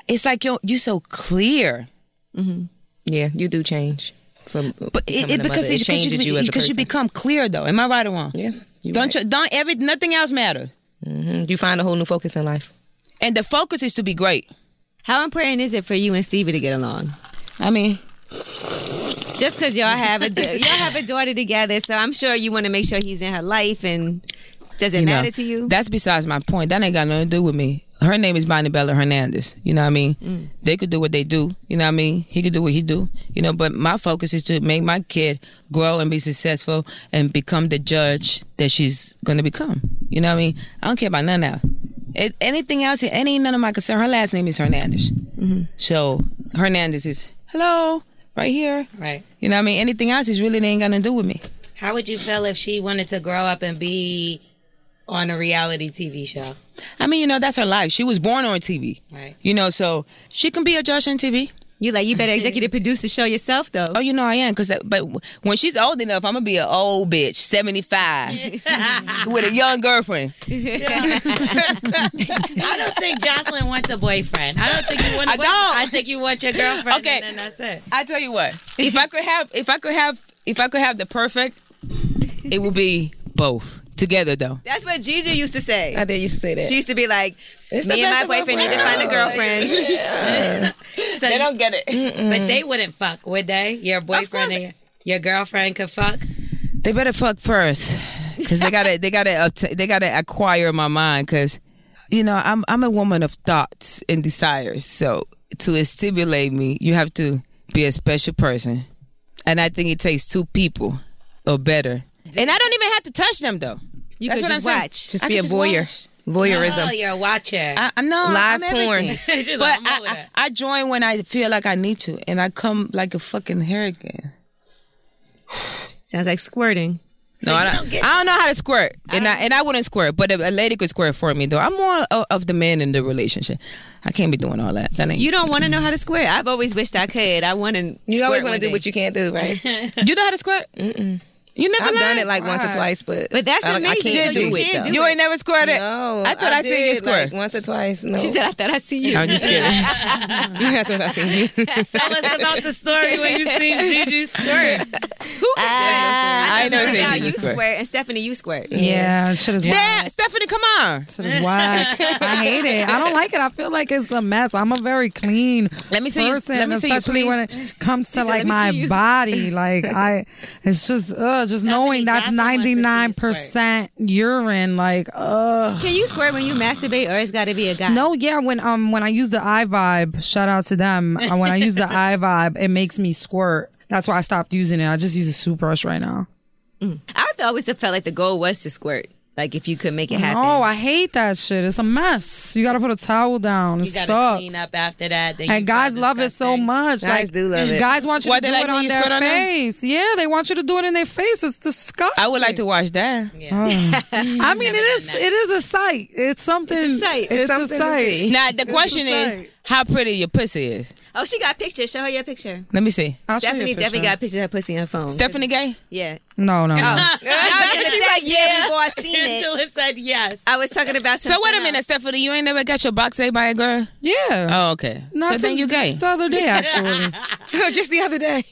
S3: It's like you're you so clear,
S4: Yeah, you do change from
S3: but it,
S4: becoming
S3: it
S4: a
S3: because
S4: mother.
S3: it,
S4: it,
S3: 'cause
S4: changes
S3: you,
S4: you, as a
S3: because
S4: person.
S3: you become clear though. Am I right or wrong?
S4: yeah, you
S3: Don't
S4: right.
S3: you, don't every nothing else matter.
S4: Mhm. You find a whole new focus in life.
S3: And the focus is to be great.
S1: how important is it for you and Stevie to get along?
S3: I mean,
S1: Just because y'all have a da- y'all have a daughter together, so I'm sure you want to make sure he's in her life, and does it
S3: you know,
S1: matter to you?
S3: That's besides my point. That ain't got nothing to do with me. Her name is Bonnie Bella Hernandez. You know what I mean? They could do what they do. You know what I mean? He could do what he do. You know, but my focus is to make my kid grow and be successful and become the judge that she's gonna become. You know what I mean? I don't care about none else. It, anything else, it ain't none of my concern. Her last name is Hernandez. So Hernandez is hello right here.
S5: Right.
S3: You know what I mean? Anything else is really they ain't got nothing to do with me.
S5: How would you feel if she wanted to grow up and be on a reality TV show?
S3: I mean, you know, that's her life. She was born on TV.
S5: Right.
S3: You know, so she can be a judge on TV.
S1: you like you better executive produce the show yourself though.
S3: Oh, you know I am, cause that, but when she's old enough, I'm gonna be an old bitch, 75, with a young girlfriend.
S5: I don't think Jocelyn wants a boyfriend. I don't think you want. A
S3: I
S5: boyfriend.
S3: don't.
S5: I think you want your girlfriend.
S3: Okay.
S5: and then that's it.
S3: I tell you what, if I could have, if I could have, if I could have the perfect, it would be both together though.
S1: That's what Gigi used to say.
S4: I did used to say that.
S1: She used to be like,
S4: the
S1: "Me and my
S4: best of
S1: boyfriend need to find a girlfriend."
S5: So you-
S3: get it.
S5: but they wouldn't fuck, would they? Your
S3: course.
S5: boyfriend and your, your girlfriend could fuck.
S3: They better fuck first, cause they gotta, they gotta, obta- they gotta acquire my mind, cause you know I'm, I'm a woman of thoughts and desires. So to stimulate me, you have to be a special person. and I think it takes two people or better. And I don't even have to touch them though.
S1: You
S3: That's
S1: could just
S3: what I'm saying.
S1: watch.
S4: Just
S3: I
S4: be
S3: could
S4: a
S3: just
S4: voyeur.
S3: watch.
S4: Voyeurism.
S5: Oh, you're a watcher.
S3: I, I know
S4: Live
S3: I'm
S4: porn.
S3: everything.
S5: She's
S3: but
S5: like, I'm
S3: I,
S5: over
S3: I,
S5: that.
S3: I join when I feel like I need to, and I come like a fucking hurricane.
S1: Sounds like squirting.
S3: No, I, don't, I don't know how to squirt, and I, and I wouldn't squirt, but a, a lady could squirt for me though. I'm more of, of the man in the relationship. I can't be doing all that. That ain't
S1: You
S3: you.
S1: don't want to know how to squirt. I've always wished I could. I want to.
S4: You always want to do what you can't do, right?
S3: You know how to squirt? You never
S4: I've done
S3: lied?
S4: it like once or twice, but
S1: But that's
S4: I, I
S1: amazing.
S4: can't
S1: So you
S4: do it
S1: can't
S4: though.
S1: do
S3: You ain't never squared it.
S4: No,
S3: I thought I, seen you
S4: did,
S3: square.
S4: like, once or twice. No,
S1: She said, "I thought I see you."
S3: I'm just kidding.
S4: I thought I seen you.
S5: Tell us about the story when you seen Juju squirt.
S3: I know
S1: Now
S3: it's
S1: you
S3: you
S1: square.
S3: square.
S1: and Stephanie, you square.
S2: Yeah, shit is whack.
S3: Yeah, Stephanie, come on.
S2: Shit is whack. I hate it. I don't like it. I feel like it's a mess. I'm a very clean
S3: Let me see you-
S2: person,
S3: let me see you
S2: especially
S3: clean.
S2: when it comes to like
S1: "Let me see
S2: my
S1: you."
S2: body. Like I, it's just uh, just knowing that's
S5: Johnson wants to see
S2: ninety
S5: you
S2: nine percent urine. Like uh,
S1: Can you square when you masturbate, or it's got to be a guy?
S2: no, yeah. When um when I use the iVibe, shout out to them. uh, When I use the iVibe, it makes me squirt. That's why I stopped using it. I just use a soup brush right now.
S1: I always felt like the goal was to squirt. Like if you could make it happen.
S2: No, I hate that shit. It's a mess. You gotta put a towel down. It
S5: You gotta
S2: sucks.
S5: clean up after that. then
S2: And
S5: you
S2: guys
S5: find
S2: love it so
S5: disgusting.
S2: much.
S4: Guys
S2: like,
S4: do love it.
S2: Guys want you
S3: Why
S2: to
S3: they
S2: do
S3: like
S2: it
S3: when
S2: on
S3: you
S2: their
S3: squirt on them?
S2: face. Yeah, they want you to do it in their face. It's disgusting. Oh.
S3: I would like to watch that.
S2: I mean, it is. It is a sight. It's something. It's
S1: a sight. It's
S2: a
S1: something to
S2: sight.
S3: Now the question is,
S2: sight.
S3: how pretty your pussy is.
S1: Oh, she got pictures. Show her your picture.
S3: Let me see.
S2: I'll show you a
S1: Stephanie
S2: picture.
S1: definitely got pictures of her pussy on her phone.
S3: Stephanie Gay.
S1: yeah.
S2: No, no. no.
S1: I was gonna say yeah, before I seen it.
S5: Angela said yes.
S1: I was talking about.
S3: So wait a
S1: something
S3: minute,
S1: else.
S3: Stephanie, you ain't never got your box ate by a girl.
S2: Yeah.
S3: Oh, okay.
S2: Not
S3: so then
S2: till
S3: you gay.
S2: Just the other day, actually.
S3: Just the other day.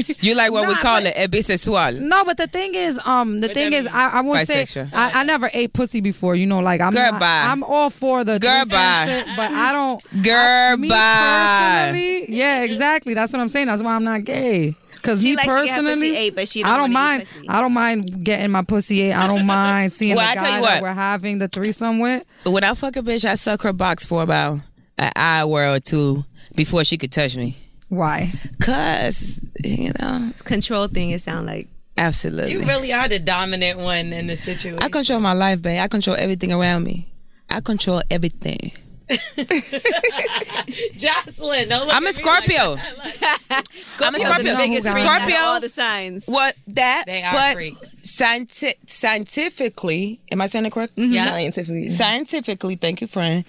S2: actually.
S3: you like what we
S2: Nah,
S3: call it a bisexual.
S2: No, but the thing is, um, the thing is, I, I won't say
S3: Bisexual.
S2: I, I never ate pussy before. You know, like I'm
S3: Girl,
S2: not,
S3: bye.
S2: I'm all for the
S3: Girl,
S2: threesome
S3: bye.
S2: shit, but I don't.
S3: Girl,
S2: me
S3: bye.
S2: personally, yeah, exactly. That's what I'm saying. That's why I'm not gay. Cause me
S1: likes to get her
S2: personally,
S1: pussy ate, but she don't
S2: I don't
S1: wanna eat
S2: mind.
S1: pussy.
S2: I don't mind getting my pussy ate. I don't mind seeing
S3: Well, I
S2: the
S3: tell
S2: guy
S3: you
S2: that
S3: what.
S2: we're having the threesome with.
S3: When I fuck a bitch, I suck her box for about an hour or two before she could touch me.
S2: Why?
S3: Cause you know,
S1: Control thing. It sound like.
S3: absolutely.
S5: You really are the dominant one in the situation.
S3: I control my life, babe. I control everything around me. I control everything.
S5: Jocelyn, no look
S3: I'm a
S5: at me like
S3: Scorpio. I'm a Scorpio.
S2: the biggest freak out of
S3: Scorpio.
S1: All the signs.
S3: What that?
S5: They are
S3: but
S5: freaks.
S3: scienti- scientifically, am I saying it correct?
S5: Yeah.
S3: scientifically.
S1: Mm-hmm.
S3: Scientifically, thank you, friend.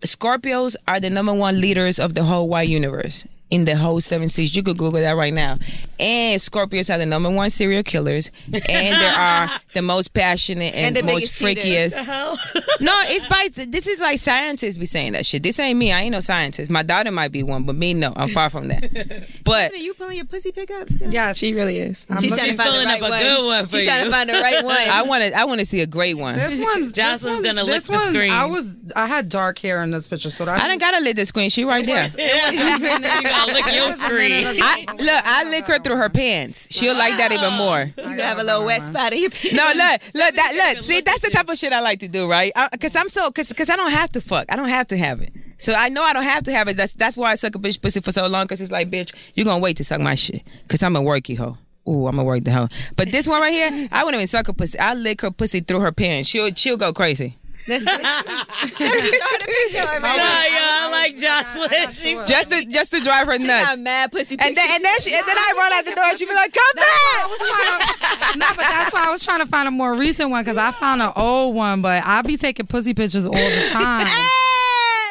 S3: Scorpios are the number one leaders of the whole wide universe in the whole seven seas. You could Google that right now. And Scorpios are the number one serial killers, and they are the most passionate
S1: And
S3: and,
S1: the
S3: most
S1: biggest cheaters.
S3: freakiest. No, it's by this is like scientists be saying that shit. This ain't me. I ain't no scientist. My daughter might be one, but me no. I'm far from that. But
S1: Are you pulling your pussy pick up still?
S2: Yes, she really.
S3: is.
S1: She's trying to
S5: She's
S1: find
S5: pulling
S1: the right
S5: up a
S1: one.
S5: good one for
S1: She's trying to
S5: you.
S1: find the right one.
S3: I want to. I want to see a great one.
S2: This one's. this
S5: Jocelyn's
S2: one's
S5: gonna lick
S2: this
S5: the
S2: one,
S5: screen.
S2: I was. I had dark hair in this picture, so that
S3: I done got to lick the screen. She right there.
S5: you gotta lick your screen.
S3: I, look, I lick her through her pants. She'll like that even more.
S1: you have a little wet spot in your pee.
S3: No, look, look, that look. See, that's the type of shit I like to do, right? Because I'm so, because because I don't have to fuck. I don't have to have it. So I know I don't have to have it. That's that's why I suck a bitch pussy for so long. Because it's like, bitch, you gonna wait to suck my shit. Because I'm a worky hoe. Ooh, I'm gonna work the hoe. But this one right here, I wouldn't even suck her pussy. I lick her pussy through her pants. She'll she'll go crazy.
S1: Let's switch. Let's show her the picture
S5: No, yo,
S1: already.
S5: I like Jocelyn. She
S3: Just to just to drive her
S1: She got
S3: nuts.
S1: mad pussy
S3: And then and then she and then I run out the door. and She be like, come back.
S2: no, but that's why I was trying to find a more recent one because I found an old one. But I be taking pussy pictures all the time.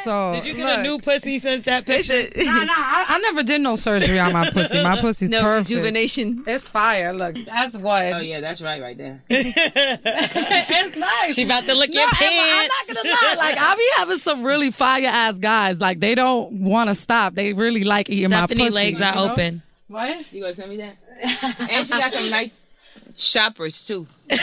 S2: So
S5: Did you get a new pussy since that picture?
S1: pictures.
S2: Nah, nah, I, I never did no surgery on my pussy. My pussy's
S1: No
S2: perfect.
S1: rejuvenation.
S2: It's fire. Look, that's one.
S5: Oh,
S3: yeah, that's right, right there.
S2: It's nice.
S5: She about to lick your
S2: I'm
S5: pants.
S2: not gonna lie. Like I be having some really fire ass guys. Like they don't want to stop. They really like eating my
S5: Stephanie
S2: pussy.
S5: legs
S2: you
S5: are
S2: know?
S5: open.
S2: What?
S3: You gonna send me that? and she got some nice shoppers too.
S2: And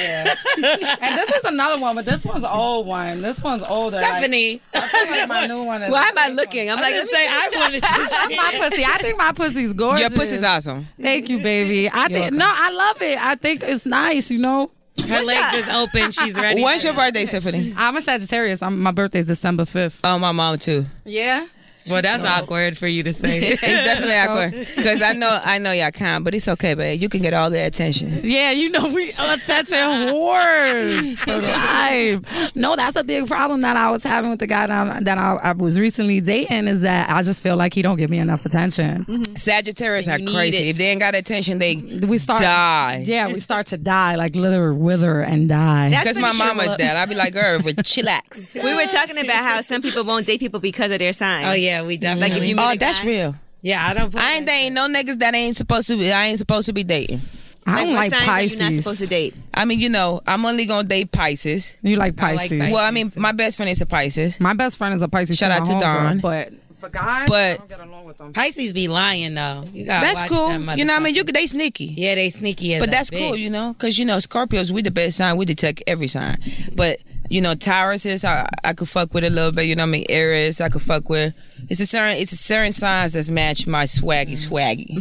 S2: this is another one, but this one's old one. This one's older.
S5: Stephanie,
S2: Like, I feel like my new one is.
S1: Why am I looking? I'm like,
S5: I say I wanted to.
S2: My pussy. I think my pussy's gorgeous.
S3: Your pussy's awesome.
S2: Thank you, baby. I think
S3: welcome.
S2: no, I love it. I think it's nice. You know,
S5: Her legs is open. She's ready.
S3: When's your birthday, Stephanie?
S2: I'm a Sagittarius. I'm, my birthday's December fifth.
S3: Oh, my mom too.
S2: Yeah.
S5: Well, that's awkward for you to say.
S3: It's definitely awkward because I know I know y'all can, but it's okay, babe. You can get all the attention.
S2: Yeah, you know we are such a whores for life. No, that's a big problem that I was having with the guy that, I, that I, I was recently dating is that I just feel like he don't give me enough attention.
S3: Sagittarius are crazy. If they ain't got attention, they
S2: We start
S3: die.
S2: Yeah, we start to die, like lither, wither, and die.
S3: Because my mama's that. I'd be like, girl, but chillax.
S1: We were talking about how some people won't date people because of their sign.
S5: Oh yeah, we definitely.
S1: Like if you
S3: Oh,
S1: meet a
S3: that's
S1: guy-
S3: real.
S5: Yeah, I don't. Play
S3: I ain't
S5: that.
S3: dating no niggas that ain't supposed to be. I ain't supposed to be dating.
S2: I don't
S1: what
S2: like
S1: signs are
S2: Pisces.
S1: You not supposed to date.
S3: I mean, you know, I'm only gonna date Pisces.
S2: You like
S5: I like
S2: Pisces.
S5: Pisces.
S3: Well, I mean, my best friend is a Pisces.
S2: My best friend is a Pisces.
S3: Shout
S2: she's
S3: out
S2: my
S3: to
S2: homegirl,
S3: Dawn.
S2: But for guys,
S3: But-
S2: I don't get along with them.
S5: Pisces be lying though. You got
S3: That's cool. You know, what I mean, you could they sneaky.
S5: Yeah, they sneaky as
S3: But
S5: a
S3: that's
S5: bitch.
S3: cool, you know, because you know Scorpios, we the best sign. We detect every sign. But you know, Taurus is I, I could fuck with a little bit. You know, what I mean, Aries, I could fuck with. It's a certain it's a certain signs that's match my swaggy swaggy. You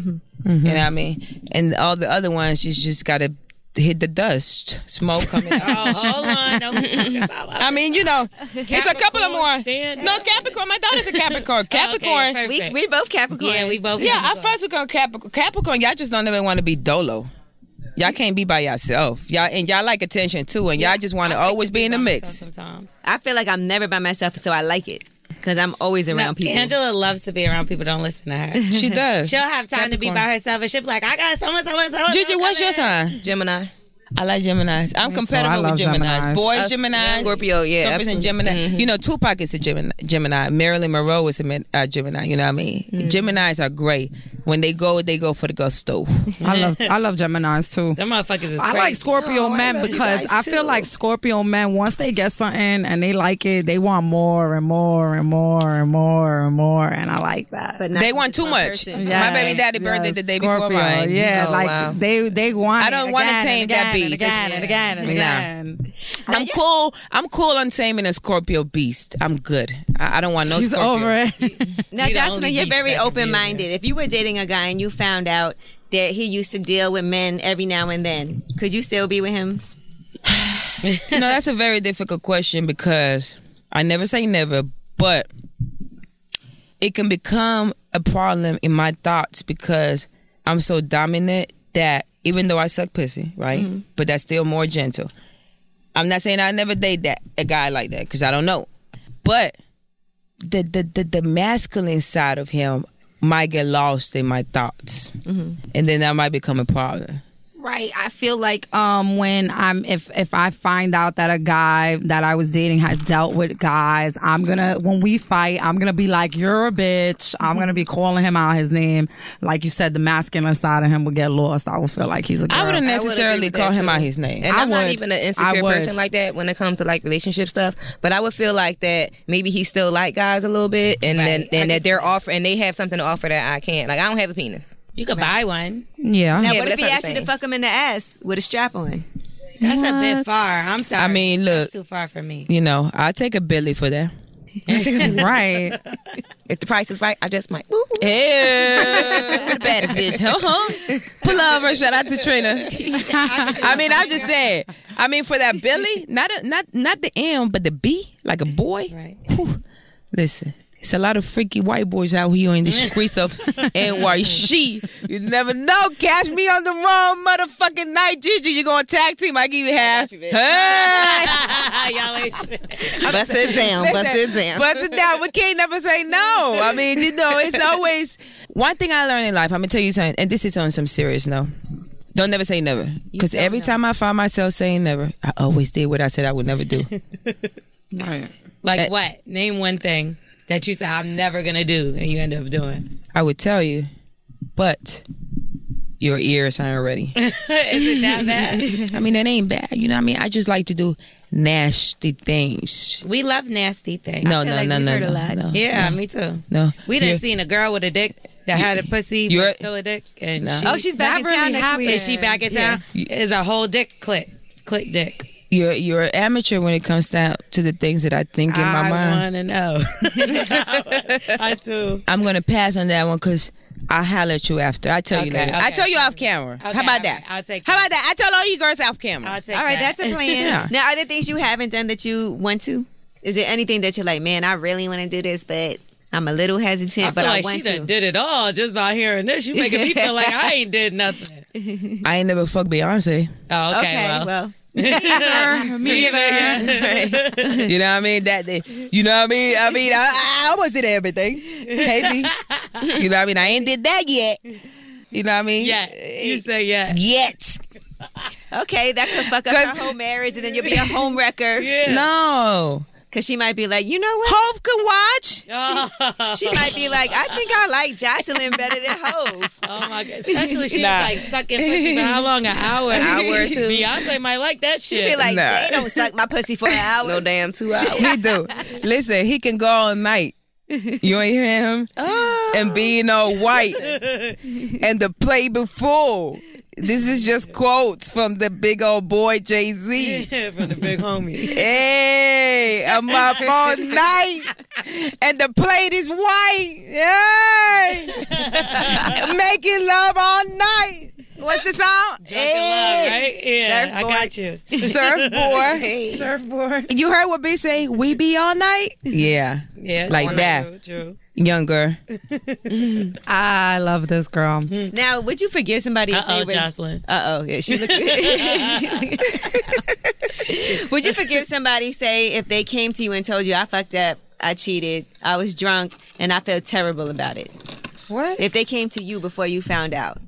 S3: know what I mean? And all the other ones, you just gotta hit the dust, smoke coming out.
S5: Oh, hold on. Don't be talking about
S3: I mean, you know, it's a couple of more.
S6: stand
S3: No Capricorn, my daughter's a Capricorn. Capricorn.
S1: We, we both Capricorn.
S6: yeah, we both.
S3: Yeah, I first we go Capricorn. Capricorn, y'all just don't even want to be dolo. Y'all can't be by yourself. Y'all and y'all like attention too, and y'all just want to always be in the mix.
S5: sometimes.
S1: I feel like I'm never by myself, so I like it because I'm always around
S5: No,
S1: people.
S5: Angela loves to be around people. Don't listen to her.
S3: She does.
S5: She'll have time to be by herself, and she'll be like, "I got someone, someone, someone."
S3: Gigi, what's your sign?
S4: Gemini,
S3: I like Gemini's. I'm
S2: I
S3: compatible
S2: love
S3: with Gemini's.
S2: Geminis.
S3: Boys,
S4: Us-
S3: Gemini's.
S4: Scorpio, yeah,
S3: Scorpios and
S4: absolutely.
S3: Gemini. You know, Tupac is a Gemini. Gemini. Marilyn Monroe is a Min- uh, Gemini. You know what I mean? Gemini's are great. When they go, they go for the gusto.
S2: I love I love Gemini's too.
S5: Them motherfuckers is
S2: I like
S5: crazy.
S3: Oh,
S2: Scorpio men because I feel like Scorpio men once they get something and they like it, they want more and more and more and more and more, and I like that.
S1: but not
S3: They want
S1: just one
S3: too much.
S1: person.
S3: My baby daddy
S2: Yes,
S3: birthday the day
S2: Scorpio,
S3: before mine. He
S2: Yeah,
S3: just-
S2: like
S4: wow.
S2: they they want.
S3: I
S2: it
S3: don't wanna
S2: again and
S3: tame
S2: again
S3: that
S2: and
S3: beast.
S2: again and again and
S3: Nah.
S2: again.
S3: I'm cool. I'm cool on taming a Scorpio beast. I'm good. I, I don't want no
S2: She's
S3: Scorpio.
S2: over it.
S1: Now,
S5: You're the
S1: Jocelyn,
S5: only
S1: you're
S5: beast
S1: very
S5: that can be
S1: open minded. If you were dating a guy and you found out that he used to deal with men every now and then, could you still be with him?
S3: no, that's a very difficult question because I never say never, but it can become a problem in my thoughts because I'm so dominant that even though I suck pussy, right?
S4: Mm-hmm.
S3: But that's still more gentle. I'm not saying I never date that a guy like that because I don't know, but the, the the the masculine side of him might get lost in my thoughts,
S4: Mm-hmm.
S3: and then that might become a problem.
S2: Right. I feel like um when I'm if if I find out that a guy that I was dating has dealt with guys, I'm gonna when we fight, I'm gonna be like, You're a bitch. I'm gonna be calling him out his name. Like you said, the masculine side of him would get lost. I would feel like he's a girl.
S3: I wouldn't
S4: agree
S3: necessarily
S4: with
S3: call
S4: that,
S3: him
S4: too.
S3: out his name.
S4: and
S2: I
S4: I am not
S2: would.
S4: even an
S2: I
S4: insecure
S2: would.
S4: person like that when it comes to like relationship stuff. But I would feel like that maybe he still like guys a little bit, and then and that they're offer and they have something to offer that I can't. Like I don't have a penis.
S5: you could buy one.
S2: Yeah.
S1: Now,
S4: Yeah,
S1: what if
S4: but that's
S1: he
S4: not the
S1: asked you to
S4: same.
S1: fuck him in the ass with a strap on?
S5: That's a bit far. I'm sorry.
S3: I mean, look,
S5: That's too far for me.
S3: you know, I take a Billy for that.
S2: right.
S4: If the price is right, I just might. Woo.
S3: Yeah, the baddest bitch. Uh-huh. Pull over. Shout out to Trina. I mean, I'm just saying. I mean, for that Billy, not a, not not the M, but the B, like a boy.
S5: Right.
S3: Whew. Listen. It's a lot of freaky white boys out here in the streets of NYC. You never know. Catch me on the wrong motherfucking night, Gigi. You gonna tag team? I give you half. Hey.
S4: Bust it down. Bust it down.
S3: Bust it down. We can't never say no. I mean, you know, it's always one thing I learned in life. I'm gonna tell you something, and this is on some serious no. Don't never say never, because every time I find myself saying never, I always did what I said I would never do.
S5: Like
S3: Uh,
S5: what? Name one thing that you said I'm never gonna do, and you end up doing.
S3: I would tell you, but your ears aren't ready.
S5: Is it that bad?
S3: I mean, that ain't bad. You know what I mean? I just like to do nasty things.
S5: we love nasty things.
S3: No, no,
S1: like
S3: no,
S1: we
S3: no,
S1: heard a
S3: no,
S1: lot.
S3: no,
S5: Yeah, me too.
S3: no.
S5: We done
S3: You're-
S5: not seen a girl with a dick that had a pussy,
S3: You're-
S5: but still a dick, and she,
S1: Oh, she's back in
S2: That really
S1: town next week.
S2: happened.
S5: is she back in town? Is a whole dick click, click dick.
S3: you're you're an amateur when it comes down to the things that I think in my
S5: I
S3: mind.
S5: want to know. I do.
S3: I'm gonna pass on that one because I'll holler at you after. I tell you
S5: Okay,
S3: later. I
S5: okay.
S3: tell you off camera. How
S5: Okay, Uh,
S3: about
S5: all
S3: that?
S5: right, I'll take
S3: How about that? I tell all you girls off camera.
S5: I'll take
S1: All right,
S5: that.
S1: that's a plan.
S3: Yeah.
S1: Now, are there things you haven't done that you want to? Is there anything that you're like, man, I really want to do this, but I'm a little hesitant,
S5: I
S1: but
S5: feel
S1: I
S5: like she
S1: want
S5: done
S1: to?
S5: did it all just by hearing this. You making me feel like I ain't did nothing.
S3: I ain't never fucked Beyonce.
S5: Oh, okay.
S1: Okay,
S5: well,
S1: well,
S5: me either.
S3: you know what I mean? That day, you know what I mean? I mean, I, I almost did everything. Hey, B. you know what I mean? I ain't did that yet. You know what I mean?
S5: Yeah, you say yeah.
S3: Yet.
S1: okay, that could fuck up
S3: Cause-
S1: our whole marriage, and then you'll be a homewrecker.
S3: No.
S1: Cause she might be like, you know what?
S3: Hove can watch.
S6: Oh,
S1: She might be like, I think I like Jocelyn better than Hove.
S6: Oh my god! Especially she
S3: Nah.
S6: was like sucking pussy for how long? An hour. An
S4: hour or two.
S6: Beyonce might like that shit.
S1: Be like,
S3: Nah.
S1: Jay don't suck my pussy for an hour.
S4: No damn two hours.
S3: He do. Listen, he can go all night. You ain't hear him? And being all white. and the play before. This is just quotes from the big old boy Jay Z.
S5: from the big homie.
S3: Hey, I'm up all night, and the plate is white. Hey, making love all night. What's the song?
S5: Love,
S3: Hey,
S5: right? Yeah, I got you.
S3: surfboard.
S2: Surfboard.
S3: You heard what B say? We be all night. Yeah,
S5: Yeah,
S3: Like
S5: true,
S3: that.
S5: True.
S3: younger.
S2: I love this girl.
S1: Now, would you forgive somebody
S5: Uh oh,
S1: if they were?
S5: Jocelyn.
S1: Uh oh, yeah, she looked. she looked- would you forgive somebody, say, if they came to you and told you, I fucked up, I cheated, I was drunk, and I felt terrible about it?
S2: What?
S1: If they came to you before you found out,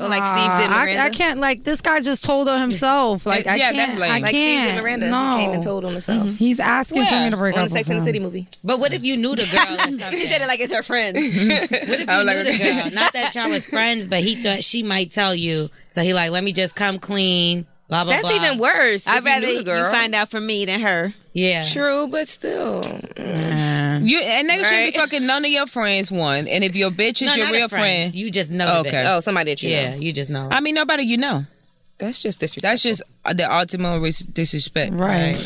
S4: Or like Steve did
S2: Uh, I-
S4: Miranda.
S2: I, can't like this guy just told on himself. Like I
S3: Yeah,
S2: can't.
S3: that's lame.
S2: I
S3: Like
S4: like Steve
S2: can't.
S4: did Miranda.
S2: No.
S4: He came and told on himself.
S2: He's asking for me to break
S4: on
S2: up
S4: the Sex
S2: with
S4: and the
S2: him.
S4: City movie.
S5: But what if you knew the girl? or something?
S1: she said it like it's her friends.
S3: I was
S5: knew the girl. Not that y'all was friends, but he thought she might tell you. So he like, let me just come clean. Blah blah.
S4: That's
S5: blah.
S4: even worse.
S1: I'd rather
S4: you,
S1: you find out from me than her.
S5: yeah.
S4: True, but still.
S3: You and they shouldn't
S4: Right.
S3: be fucking none of your friends. One, and if your bitch is
S5: No,
S3: your
S5: not a
S3: real friend,
S5: You just know.
S3: Okay.
S5: Okay.
S4: Oh, somebody that you
S5: yeah,
S4: know.
S5: you just know.
S3: I mean nobody you know.
S4: That's just disrespectful.
S3: That's just the ultimate res- disrespect.
S2: Right.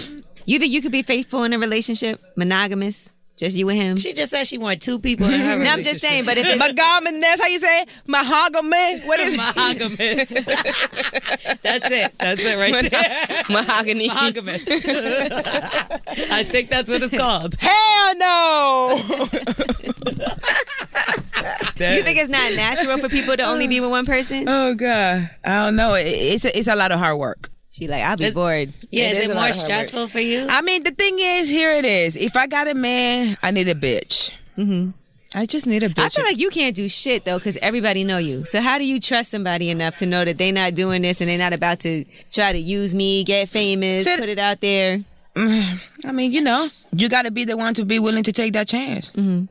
S1: You think you could be faithful in a relationship, monogamous, just you and him?
S5: she just said she wanted two people in her.
S1: No, I'm just saying, but if it's
S3: Magoman, that's how you say it? Mahogany. What is
S5: monogamous. that's it. That's it right there.
S4: Mahogany.
S5: Monogamous. I think that's what it's called.
S3: Hell no.
S1: you think it's not natural for people to only be with one person,
S3: oh god, I don't know. It, it's a, it's a lot of hard work.
S1: she like I'll be bored.
S5: Yeah,
S4: It
S5: is
S4: is
S5: it
S4: a
S5: more
S4: lot of hard work.
S5: stressful for you?
S3: I mean, the thing is, here it is. If I got a man, I need a bitch.
S4: Mm-hmm.
S3: I just need a bitch.
S1: I feel like you can't do shit though, because everybody know you. So how do you trust somebody enough to know that they not doing this and they not about to try to use me, get famous,
S3: Said-
S1: put it out there?
S3: I mean, you know, you got to be the one to be willing to take that chance.
S4: Mm-hmm.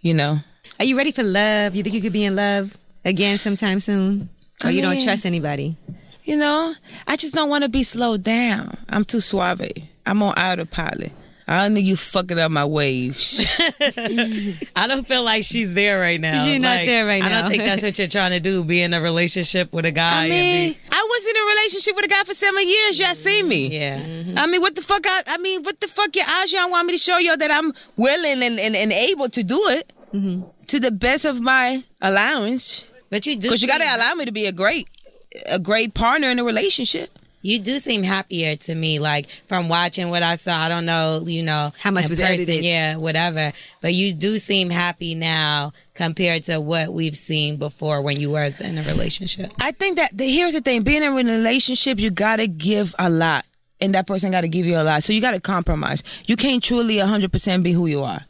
S3: You know,
S1: Are you ready for love? You think you could be in love again sometime soon, or
S5: Oh,
S3: I
S1: you don't
S3: mean-
S1: trust anybody?
S3: you know. I just don't want to be slowed down. I'm too suave. I'm on autopilot. I don't need you fucking up my waves.
S5: I don't feel like she's there right now.
S1: You're not
S5: Like,
S1: there right
S5: I
S1: now.
S5: don't think that's what you're trying to do. Be in a relationship with a guy.
S3: I mean, I was in a relationship with a guy for seven years. Y'all seen me.
S5: and be, yeah. Mm-hmm.
S3: I mean, what the fuck? I, I mean, what the fuck? Your eyes, y'all want me to show y'all that I'm willing and, and, and able to do it to the best of my allowance.
S5: Mm-hmm. But you do
S3: Because you got to
S5: seem-
S3: allow me to be a great, a great partner in a relationship.
S5: you do seem happier to me. Like from watching what I saw, I don't know, you know,
S1: How much
S5: in
S1: was
S5: person,
S1: edited?
S5: Yeah, whatever. But you do seem happy now compared to what we've seen before when you were in a relationship.
S3: I think that the, here's the thing: being in a relationship, you gotta give a lot, and that person gotta give you a lot. So you gotta compromise. You can't truly 100% be who you are.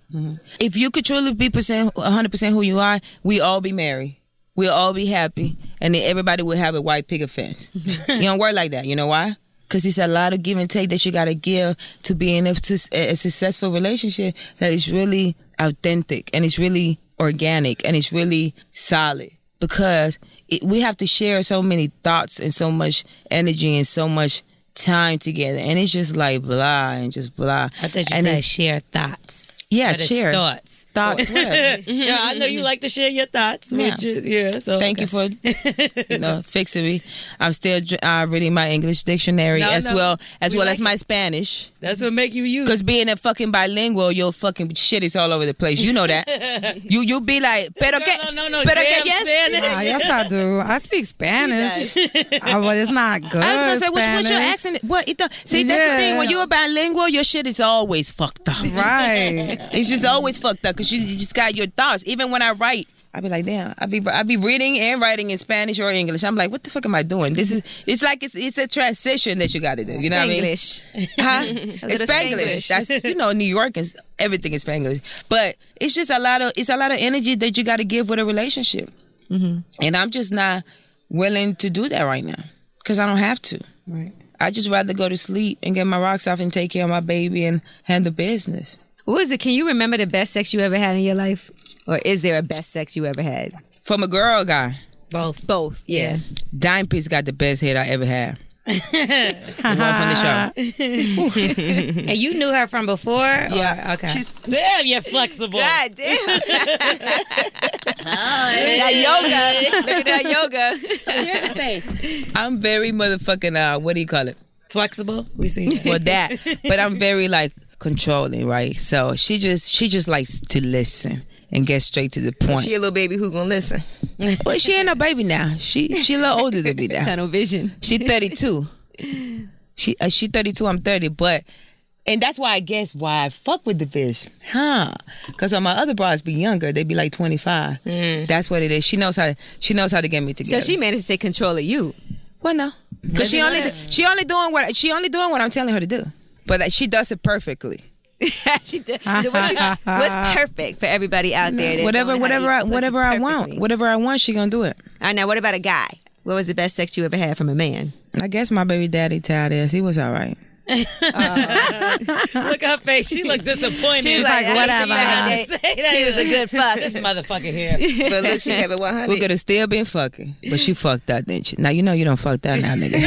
S3: If you could truly be percent 100% who you are, we all be married. We'll all be happy, and then everybody will have a white picket fence. you don't work like that. You know why? Because it's a lot of give and take that you gotta give to be in a, to a successful relationship that is really authentic and it's really organic and it's really solid because it, we have to share so many thoughts and so much energy and so much time together and it's just like blah and just blah
S5: I thought you
S3: and
S5: said
S3: it-
S5: share thoughts.
S3: yeah
S5: but it's
S3: share
S5: thoughts.
S3: thoughts whatever.
S5: yeah, I know you like to share your thoughts.
S3: Yeah.
S5: Which is, Mm-hmm, yeah. So
S3: thank you for you know fixing me i'm still dr- uh, reading my english dictionary
S5: No,
S3: as
S5: no.
S3: well as
S5: We
S3: well
S5: like
S3: as my spanish
S5: That's what make you you.
S3: Cause being a fucking bilingual, your fucking shit is all over the place. You know that. you you be like, pero que,
S5: no, no, no,
S3: pero que
S5: damn
S3: yes.
S5: Spanish.
S2: Ah, yes, I do. I speak Spanish, Ah, but it's not good.
S3: I was gonna say, which what's your
S2: Spanish.
S3: accent? What it do- See, that's the thing. When
S2: Yeah.
S3: you're bilingual, your shit is always fucked up.
S2: Right.
S3: It's just always fucked up because you, you just got your thoughts. Even when I write, I be like, damn, I be I be reading and writing in Spanish or English. I'm like, what the fuck am I doing? This is it's like it's it's a transition that you got to do. You know what I mean?
S1: English.
S3: Huh? It's Spanglish. That's you know, New York is everything is Spanglish. But it's just a lot of it's a lot of energy that you got to give with a relationship, Mm-hmm. and I'm just not willing to do that right now because I don't have to. Right. I just rather go to sleep and get my rocks off and take care of my baby and handle business.
S1: What was it? Can you remember the best sex you ever had in your life? Or is there a best sex you ever had?
S3: From a girl guy,
S5: Both.
S1: Both. Yeah.
S3: Dime Piece got the best head I ever had. the one from the show.
S5: And you knew her from before?
S3: Yeah.
S5: okay.
S3: She's-
S6: Damn, you're flexible.
S1: God damn. Look at that yoga. Look at that yoga.
S5: Here's the thing.
S3: I'm very motherfucking uh what do you call it?
S5: Flexible. We see that.
S3: Well that. but I'm very like controlling, right? So she just she just likes to listen and get straight to the point.
S4: She a little baby who gonna listen.
S3: well, she ain't a baby now. She she a little older than me now.
S1: Tunnel vision.
S3: She 32. she uh, she 32. I'm 30. But and that's why I guess why I fuck with the bitch, huh? Because all my other bras be younger. They be like 25. That's what it is. She knows how to, she knows how to get me
S1: So
S3: together.
S1: she managed to take control of you.
S3: well no, because she only she only doing what she only doing what I'm telling her to do. But like, she does it perfectly.
S1: she did. So what you, what's perfect for everybody out there? that
S3: whatever
S1: don't know how to
S3: whatever
S1: eat pussy
S3: I, whatever I want
S1: perfectly?
S3: whatever I want she gonna do it.
S1: All right, now what about a guy? What was the best sex you ever had from a man?
S3: I guess my baby daddy tired ass. He was all right.
S5: Look at her face. She looked disappointed.
S1: She's
S2: like, whatever.
S1: He was a good fuck.
S5: This motherfucker here.
S4: But look, she kept it 100.
S3: We could have still been fucking, but she fucked up, didn't you? Now you know you don't fuck that now, nigga.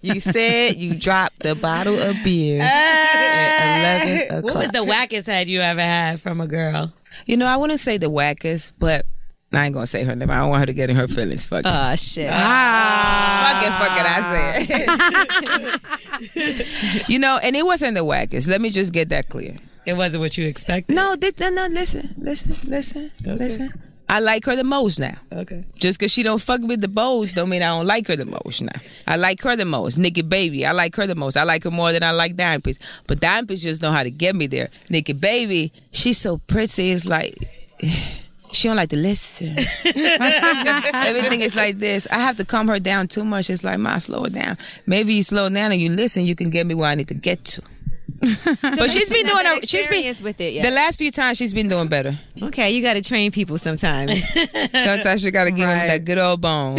S4: You said you dropped the bottle of beer at 11
S5: What was
S4: o'clock.
S5: the wackest head you ever had from a girl?
S3: You know, I wouldn't say the wackest, but I ain't gonna say her name. I don't want her to get in her feelings. Fuck it.
S1: Oh shit.
S3: fuck it, fuck it, I said. you know, and it wasn't the wackest. Let me just get that clear.
S5: It wasn't what you expected.
S3: No, this, no, no, listen, listen, listen, listen. I like her the most now.
S5: Okay.
S3: Just because she don't fuck with the bows don't mean I don't like her the most now. I like her the most. Nikki Baby, I like her the most. I like her more than I like Dime Piece. But Dime Piece just know how to get me there. Nikki Baby, she's so pretty. It's like, she don't like to listen. Everything is like this. I have to calm her down too much. It's like, ma, slow it down. Maybe you slow down and you listen, you can get me where I need to get to. but she's been doing
S1: That
S3: a, she's been
S1: experience with it. Yeah.
S3: the last few times she's been doing better.
S1: okay, you got to train people sometimes.
S3: Sometimes you gotta give him
S2: Right.
S3: that good old bone.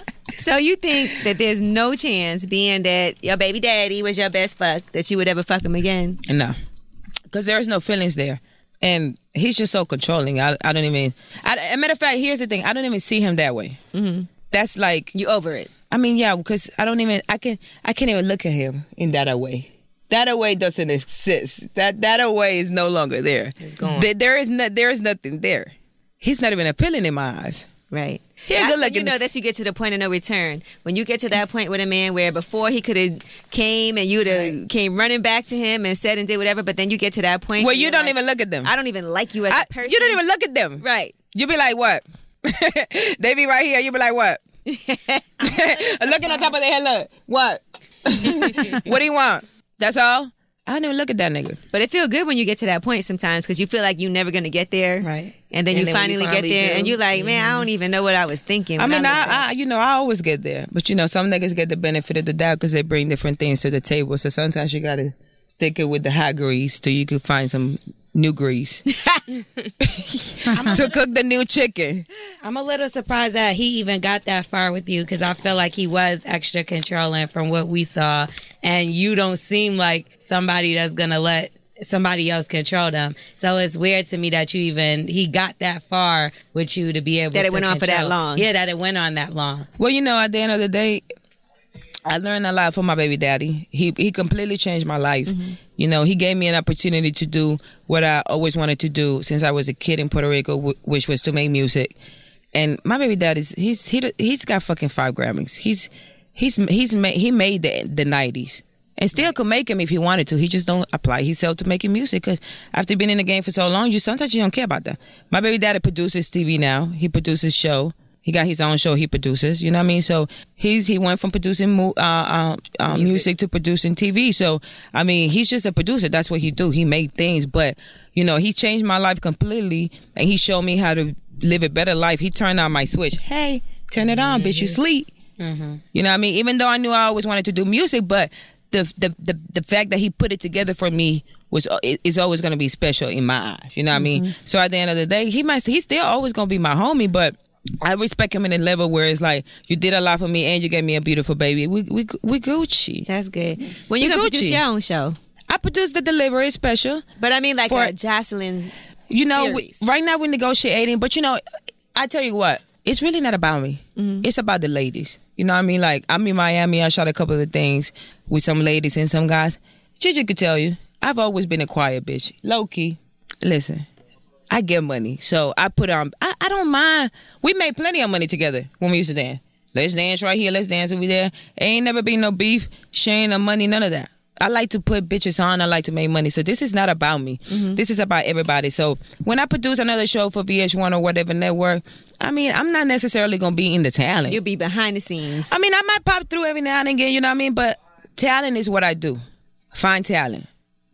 S2: Right.
S1: so you think that there's no chance, being that your baby daddy was your best fuck, that you would ever fuck him again?
S3: No, because there is no feelings there, and he's just so controlling. I, I don't even. I, a matter of fact, here's the thing: I don't even see him that way. Mm-hmm. That's like
S1: You over it?
S3: I mean, yeah, because I don't even I can I can't even look at him in that a way. That a way doesn't exist. That that a way is no longer there. It's gone. There, there is no, there is nothing there. He's not even appealing in my eyes.
S1: Right.
S3: Yeah,
S1: That's
S3: good
S1: when
S3: looking.
S1: You know that you get to the point of no return. When you get to that point with a man where before he could have came and you'd have came running back to him and said and did whatever, but then you get to that point
S3: Well,
S1: where
S3: you
S1: you're
S3: don't
S1: like,
S3: even look at them.
S1: I don't even like you as
S3: I-
S1: a person.
S3: you don't even look at them.
S1: Right.
S3: You be like, what? they be right here. You be like, what? Looking on top of their head, look, what? what do you want? That's all? I don't even look at that nigga.
S1: But it feel good when you get to that point sometimes because you feel like you're never gonna get there.
S5: Right.
S1: And then
S4: And
S1: you
S4: then when you
S1: finally,
S4: finally
S1: get there,
S4: do,
S1: and you're like, man, I don't even know what I was thinking.
S3: mm-hmm. I
S1: when
S3: mean,
S1: looked at
S3: I, I, you know, I always get there. But, you know, some niggas get the benefit of the doubt because they bring different things to the table. So sometimes you got to stick it with the hot grease till you can find some new grease to cook the new chicken.
S5: I'm a little surprised that he even got that far with you because I feel like he was extra controlling from what we saw. And you don't seem like somebody that's going to let somebody else control them. So it's weird to me that you even, he got that far with you to be able
S1: That it
S5: to
S1: went on for that
S5: control.
S1: long.
S5: Yeah, that it went on that long.
S3: Well, you know, at the end of the day, I learned a lot from my baby daddy. He he completely changed my life. You know, he gave me an opportunity to do what I always wanted to do since I was a kid in Puerto Rico, wh- which was to make music. And my baby daddy's he's he, he's got fucking five Grammys. He's he's he's ma- he made the the nineties. And still could make him if he wanted to. He just don't apply himself to making music. Cause after being in the game for so long, you sometimes you don't care about that. My baby daddy produces TV now. He produces show. He got his own show he produces. You know what I mean? So he's he went from producing mu- uh, uh, uh, music. to producing TV. So I mean, he's just a producer. That's what he do. He made things, but you know, he changed my life completely, and he showed me how to live a better life. He turned on my switch. Hey, turn it on, bitch. You sleep. You know what I mean? Even though I knew I always wanted to do music, but the the the, the fact that he put it together for me was uh, i- is always going to be special in my eyes. You know what I mean? So at the end of the day, he must he's still always going to be my homie, but I respect him in a level where it's like you did a lot for me and you gave me a beautiful baby. We we we Gucci.
S1: That's good. When you
S3: We
S1: gonna produce
S3: Gucci.
S1: your own show?
S3: I produced the delivery special.
S1: But I mean, like
S3: For-
S1: a Jocelyn.
S3: You know, we,
S1: Series.
S3: right now we're negotiating, but you know, I tell you what, it's really not about me. It's about the ladies. You know what I mean? Like I'm in Miami. I shot a couple of things with some ladies and some guys. Gigi could tell you, I've always been a quiet bitch. Low key. Listen, I get money. So I put on, I, I don't mind. We made plenty of money together when we used to dance. Let's dance right here. Let's dance over there. Ain't never been no beef, sharing no money, none of that. I like to put bitches on. I like to make money. So this is not about me. This is about everybody. So when I produce another show for VH1 or whatever network, I mean, I'm not necessarily going to be in the talent.
S1: You'll be behind the scenes.
S3: I mean, I might pop through every now and again, you know what I mean? But talent is what I do. Find talent.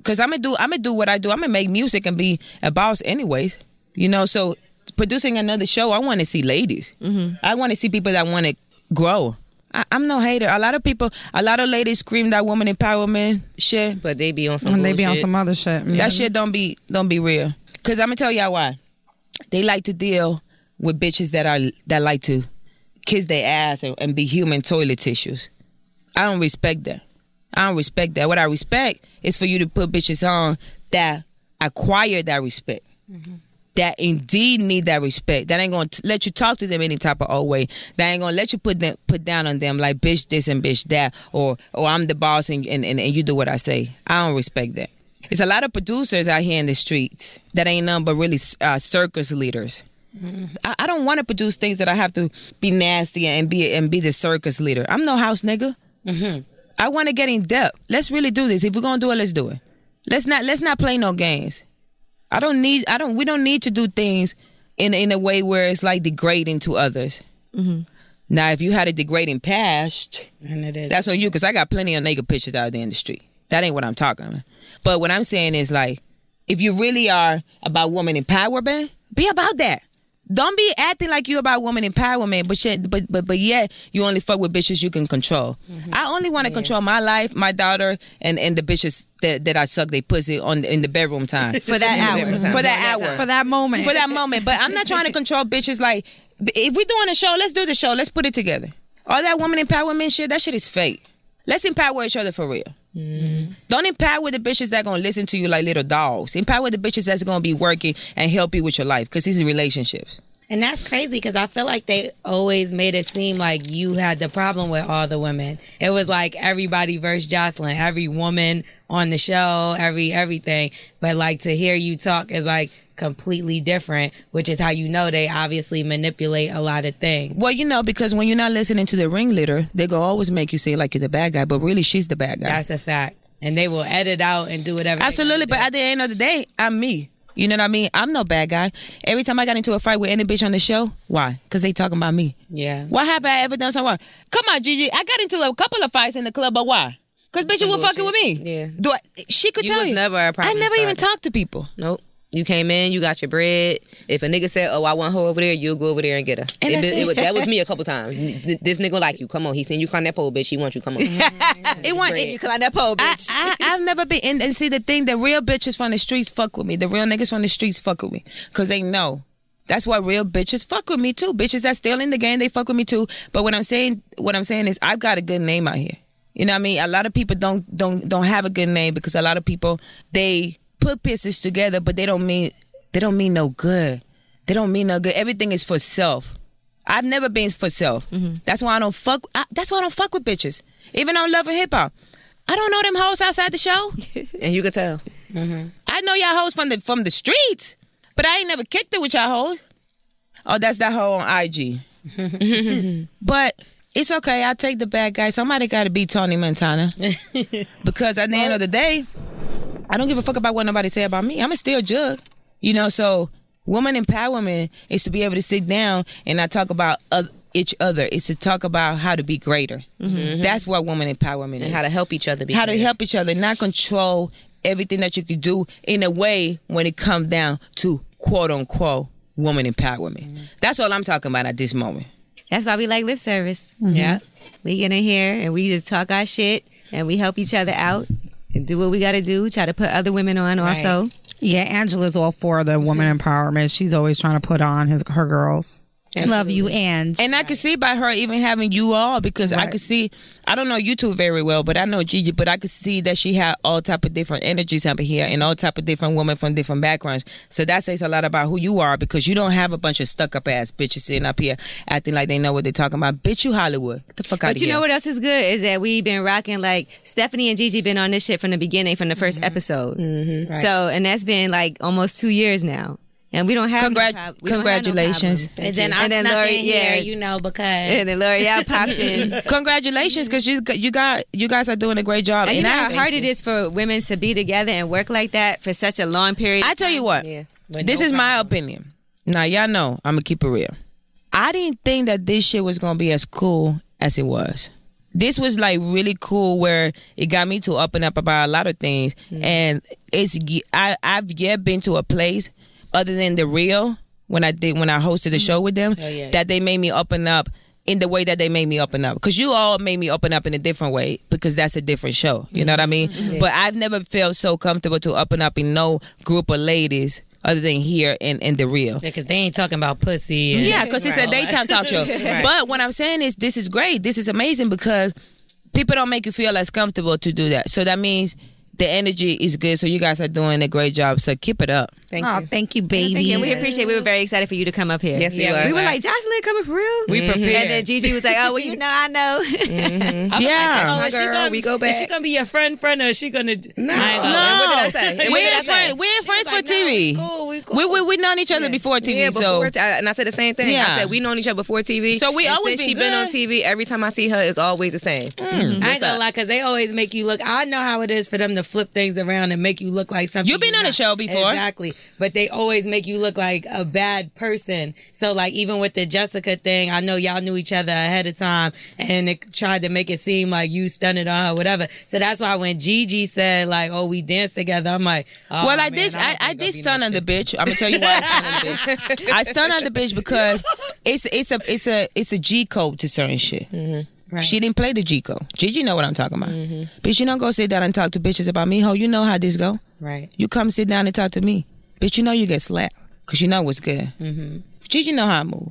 S3: Cause I'ma do I'ma do what I do. I'ma make music and be a boss anyways. You know, so producing another show, I wanna see ladies. I wanna see people that wanna grow. I, I'm no hater. A lot of people a lot of ladies scream that woman empowerment shit.
S4: But they be on some.
S2: And they be on
S4: bullshit.
S2: some other shit.
S3: That shit don't be don't be real. Cause I'ma tell y'all why. They like to deal with bitches that are that like to kiss their ass and, and be human toilet tissues. I don't respect that. I don't respect that. What I respect is for you to put bitches on that acquire that respect. That indeed need that respect. That ain't gonna t- let you talk to them any type of old way. That ain't gonna let you put them put down on them like bitch this and bitch that or or I'm the boss and and, and, and you do what I say. I don't respect that. It's a lot of producers out here in the streets that ain't none but really uh, circus leaders. I, I don't want to produce things that I have to be nasty and be and be the circus leader. I'm no house nigga. I want to get in depth. Let's really do this. If we're gonna do it, let's do it. Let's not let's not play no games. I don't need I don't we don't need to do things in in a way where it's like degrading to others. Now, if you had a degrading past,
S5: And it is.
S3: that's on you because I got plenty of naked pictures out there in the street. That ain't what I'm talking about. But what I'm saying is like, if you really are about woman empowerment, be about that. Don't be acting like you about woman empowerment, but yet, but but but yet you only fuck with bitches you can control.
S1: Mm-hmm.
S3: I only want to control my life, my daughter, and and the bitches that, that I suck they pussy on in the bedroom time
S1: For that hour.
S3: for that hour
S2: For that moment.
S3: for that moment. But I'm not trying to control bitches. Like, if we're doing a show, let's do the show. Let's put it together. All that woman empowerment shit, that shit is fake. Let's empower each other for real.
S5: Mm-hmm.
S3: Don't empower the bitches that gonna listen to you like little dogs. Empower the bitches that's gonna be working and help you with your life because these are relationships.
S5: And that's crazy because I feel like they always made it seem like you had the problem with all the women. It was like everybody versus Jocelyn, every woman on the show, every everything. But like to hear you talk is like completely different, which is how you know they obviously manipulate a lot of things.
S3: Well, you know, because when you're not listening to the ringleader, they gonna always make you seem like you're the bad guy, but really she's the bad guy.
S5: That's a fact. And they will edit out and do whatever. they
S3: Absolutely, but
S5: gotta
S3: at the end of the day, I'm me. You know what I mean? I'm no bad guy. Every time I got into a fight with any bitch on the show, why? Because they talking about me.
S5: do. yeah.
S3: Why have I ever done something wrong? Come on, Gigi. I got into a couple of fights in the club, but why? Because bitch, you were fucking with me.
S4: Yeah.
S3: Do I, she could
S4: You
S3: tell
S4: was
S3: you.
S4: never a problem
S3: I never even
S4: starter.
S3: talked to people.
S4: Nope. You came in, you got your bread. If a nigga said, "Oh, I want her over there," you'll go over there and get her.
S3: And
S4: It
S3: that's
S4: be- it
S3: it.
S4: was- that was me a couple times. N- This nigga like you. Come on, he seen you climb that pole, bitch. He want you. Come on.
S3: It wasn't.
S1: You climb that pole,
S3: I,
S1: bitch.
S3: I, I've never been. And, and see, the thing, the real bitches from the streets fuck with me. The real niggas from the streets fuck with me. Because they know. That's why real bitches fuck with me too. Bitches that's still in the game, they fuck with me too. But what I'm saying, what I'm saying is, I've got a good name out here. You know what I mean? A lot of people don't don't don't have a good name because a lot of people they put pieces together, but they don't mean they don't mean no good. They don't mean no good. Everything is for self. I've never been for self. That's why I don't fuck. I, that's why I don't fuck with bitches. Even on Love and Hip Hop, I don't know them hoes outside the show.
S4: and you could tell.
S3: I know y'all hoes from the from the streets, but I ain't never kicked it with y'all hoes. Oh, that's that hoe on IG. but it's okay. I take the bad guy. Somebody got to be Tony Montana because at the end of the day, I don't give a fuck about what nobody say about me. I'm a still jug, you know. So woman empowerment is to be able to sit down and not talk about oth- each other. It's to talk about how to be greater. That's what woman empowerment is
S4: And how to help each other. Be
S3: how to
S4: great.
S3: help each other, not control everything that you could do in a way when it comes down to quote unquote woman empowerment.
S1: Mm-hmm.
S3: That's all I'm talking about at this moment.
S1: That's why we like lip service.
S5: Yeah.
S1: We get in here and we just talk our shit and we help each other out and do what we got to do. Try to put other women on also.
S2: Mm-hmm. yeah, Angela's all for the woman empowerment. She's always trying to put on his her girls. Love you, Ange.
S3: And I could see by her even having you all because I could see I don't know you two very well, but I know Gigi, but I could see that she had all type of different energies up here and all type of different women from different backgrounds. So that says a lot about who you are because you don't have a bunch of stuck up ass bitches sitting up here acting like they know what they're talking about. Bitch, you Hollywood. Get the fuck out
S1: But you know what else is good is that we've been rocking like Stephanie and Gigi been on this shit from the beginning, from the 1st
S5: Mm-hmm.
S1: episode. So and that's been like almost two years now, and we don't have no
S3: Congrat-
S1: prob- we don't have no
S3: congratulations.
S1: problems.
S5: And then I
S1: And then
S5: snuck
S1: Lori-
S5: in here,
S1: yeah.
S5: you know, because
S1: and then L'Oreal popped in.
S3: Congratulations, because you you got you guys are doing a great job.
S1: And you know how
S3: I-
S1: hard it is for women to be together and work like that for such a long period.
S3: I tell you what, this is my opinion. Now y'all know I'm gonna keep it real. I didn't think that this shit was gonna be as cool as it was. This was like really cool where it got me to open up about a lot of things, and it's y- I I've yet been to a place other than the real when I did when I hosted the show with them that they made me open up in the way that they made me open up because you all made me open up in a different way because that's a different show you know what i mean but i've never felt so comfortable to open up in no group of ladies other than here and in the real
S5: because they ain't talking about pussy. And,
S3: yeah, because it's a daytime talk show. But what I'm saying is, this is great. This is amazing because people don't make you feel as comfortable to do that. So that means the energy is good. So you guys are doing a great job. So keep it up.
S4: Thank
S2: oh,
S4: you.
S2: thank you, baby.
S1: and we appreciate. We were very excited for you to come up here.
S4: Yes, we
S5: Yeah,
S4: were.
S1: We were like, Jocelyn coming for real?
S3: We prepared.
S1: And then Gigi was like, oh, well, you know, I know. Mm-hmm.
S3: yeah.
S5: Oh,
S4: my
S5: is she
S4: girl,
S5: gonna,
S4: we go
S5: Is she
S4: back.
S5: gonna be your friend, friend, or is she gonna? oh, No, I ain't gonna,
S3: No.
S4: What did I say? What
S3: We're,
S4: did I say?
S3: friends. We're friends for TV.
S5: we
S3: we, we, we known each other before TV.
S4: Yeah,
S3: so
S4: before t- I- and I said the same thing.
S3: Yeah.
S4: I said we known each other before TV.
S3: So we
S4: and
S3: always
S4: since she
S3: been
S4: been on
S3: good.
S4: TV. Every time I see her, it's always the same.
S5: I ain't gonna lie, because they always make you look. I know how it is for them to flip things around and make you look like something.
S3: You've been
S5: you're
S3: on a
S5: not.
S3: show before.
S5: exactly. But they always make you look like a bad person. So, like even with the Jessica thing, I know y'all knew each other ahead of time, and it tried to make it seem like you stunted on her, whatever. So that's why when Gigi said like, "Oh, we danced together," I'm like, oh,
S3: well, I
S5: man,
S3: did.
S5: don't
S3: I,
S5: think
S3: I
S5: I'll
S3: did
S5: be no
S3: stun on the
S5: shit.
S3: bitch. I'm gonna tell you why I stun on the bitch. I stun on the bitch because it's it's a it's a it's a G code to certain shit.
S5: Mm-hmm.
S3: She didn't play the G code. Gigi know what I'm talking about. Bitch, you don't go sit down and talk to bitches about me, ho. You know how this go.
S5: Right.
S3: You come sit down and talk to me, bitch. You know you get slapped because you know what's good.
S5: Mm-hmm.
S3: Gigi know how I move.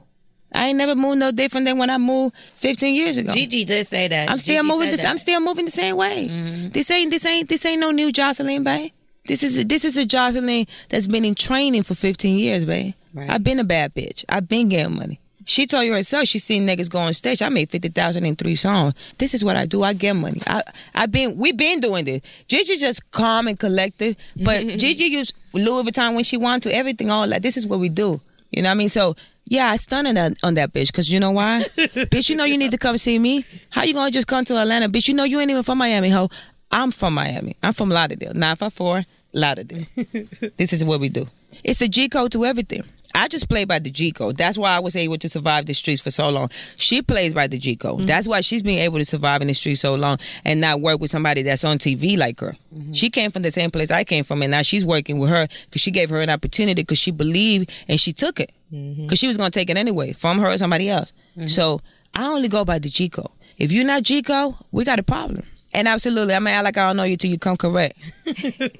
S3: I ain't never moved no different than when I moved 15 years ago.
S5: Gigi did say that.
S3: I'm still
S5: Gigi
S3: moving.
S5: said
S3: This,
S5: that. Mm-hmm.
S3: I'm still moving the same way. This ain't. This ain't. This ain't no new Jocelyn, babe. This is this is a Jocelyn that's been in training for 15 years, babe.
S5: Right.
S3: I've been a bad bitch. I've been getting money. She told you herself she seen niggas go on stage. I made fifty thousand in three songs. This is what I do. I get money. I I've been we've been doing this. Gigi just calm and collected, but Gigi used Louis Vuitton when she wanted to. Everything all that. This is what we do. You know what I mean? So yeah, I stunned on that on that bitch because you know why? bitch, you know you need to come see me. How you gonna just come to Atlanta? Bitch, you know you ain't even from Miami, ho. I'm from Miami. I'm from Lauderdale. 954 Lauderdale. this is what we do. It's a G code to everything. I just play by the G code. That's why I was able to survive the streets for so long. She plays by the G code. That's why she's been able to survive in the streets so long and not work with somebody that's on TV like her. She came from the same place I came from, and now she's working with her because she gave her an opportunity because she believed and she took it because she was going to take it anyway from her or somebody else. So I only go by the G code. If you're not G code, we got a problem. And absolutely, I'm gonna act like I don't know you till you come correct,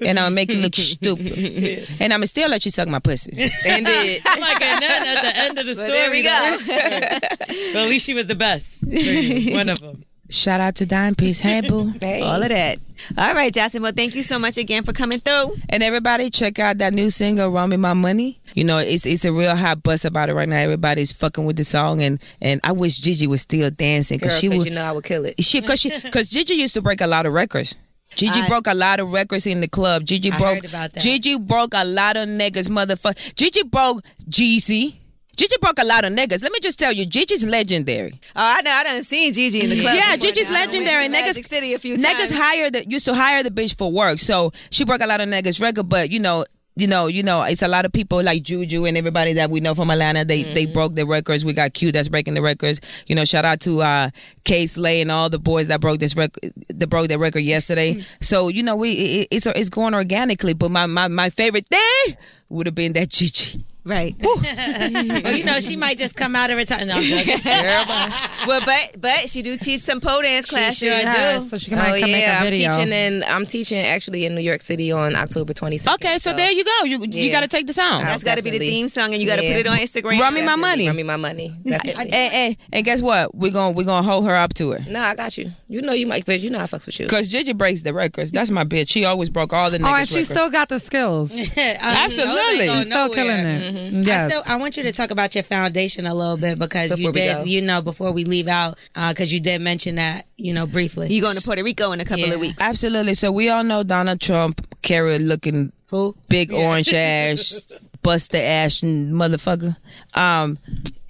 S3: and I'll make you look stupid, and I'ma still let you suck my pussy.
S4: And it,
S5: I'm like, and then at the end of the story,
S1: there we go.
S5: but at least she was the best. for you. One of them.
S3: Shout out to Dime Piece, hey boo.
S1: All of that. All right, Jocelyn. Well, thank you so much again for coming through.
S3: And everybody, check out that new single, "Run Me My Money." You know, it's it's a real hot buzz about it right now. Everybody's fucking with the song, and and I wish Gigi was still dancing
S4: girl,
S3: because she was
S4: you know I would kill it.
S3: she because she because Gigi used to break a lot of records. Gigi
S1: I-
S3: broke a lot of records in the club. Gigi broke.
S5: heard about that.
S3: Gigi broke a lot of niggas, motherfucker. Gigi broke Jeezy. Gigi broke a lot of niggas. Let me just tell you, Gigi's legendary.
S1: Oh, I know. I done seen Gigi in the club.
S3: Yeah,
S1: before
S3: Gigi's
S1: now. I done went to
S3: legendary. Niggas-
S1: Magic City a few times.
S3: Niggas hire the used to hire the bitch for work, so she broke a lot of niggas record. But you know, you know, you know, it's a lot of people like Juju and everybody that we know from Atlanta. They
S5: Mm-hmm.
S3: they broke their records. We got Q that's breaking the records. You know, shout out to uh, K Slay and all the boys that broke this record that broke their record yesterday.
S5: Mm-hmm.
S3: so you know, we it, it's it's going organically. But my my my favorite thing would have been that Gigi.
S1: Right.
S5: Well, you know, she might just come out of retirement. No, I'm joking.
S1: well, but but she do teach some pole dance classes.
S5: sure
S2: Oh, Yeah,
S5: do.
S2: so she can might come
S4: Oh, yeah,
S2: make a video.
S4: I'm teaching in I'm teaching actually in New York City on October 22nd.
S3: Okay, so there you go. You you
S4: Yeah.
S3: got to take the sound.
S1: That's got to be the
S4: Definitely.
S1: theme song, and you got to
S4: Yeah.
S1: put it on Instagram.
S3: Run me my money.
S4: Run me my money.
S3: And,
S4: Definitely.
S3: and, and guess what? We're going we're gonna hold her up to it.
S4: no, I got you. You know you might, bitch. You know I fucks with you.
S3: Because Gigi breaks the records. That's my bitch. She always broke all the niggas'
S2: Oh, and she
S3: records.
S2: still got the skills.
S3: Absolutely.
S5: Those
S2: Still
S5: ain't
S2: Mm-hmm.
S5: going
S2: killing
S5: nowhere.
S2: it. Yes.
S5: So I want you to talk about your foundation a little bit because
S4: Before
S5: you
S4: we
S5: did,
S4: go.
S5: you know, before we leave out, because you did mention that, you know, briefly.
S1: You going to Puerto Rico in a couple
S5: Yeah.
S1: of weeks?
S3: Absolutely. So we all know Donald Trump, carrot looking
S5: Who?
S3: big orange ass, buster ass motherfucker. Um,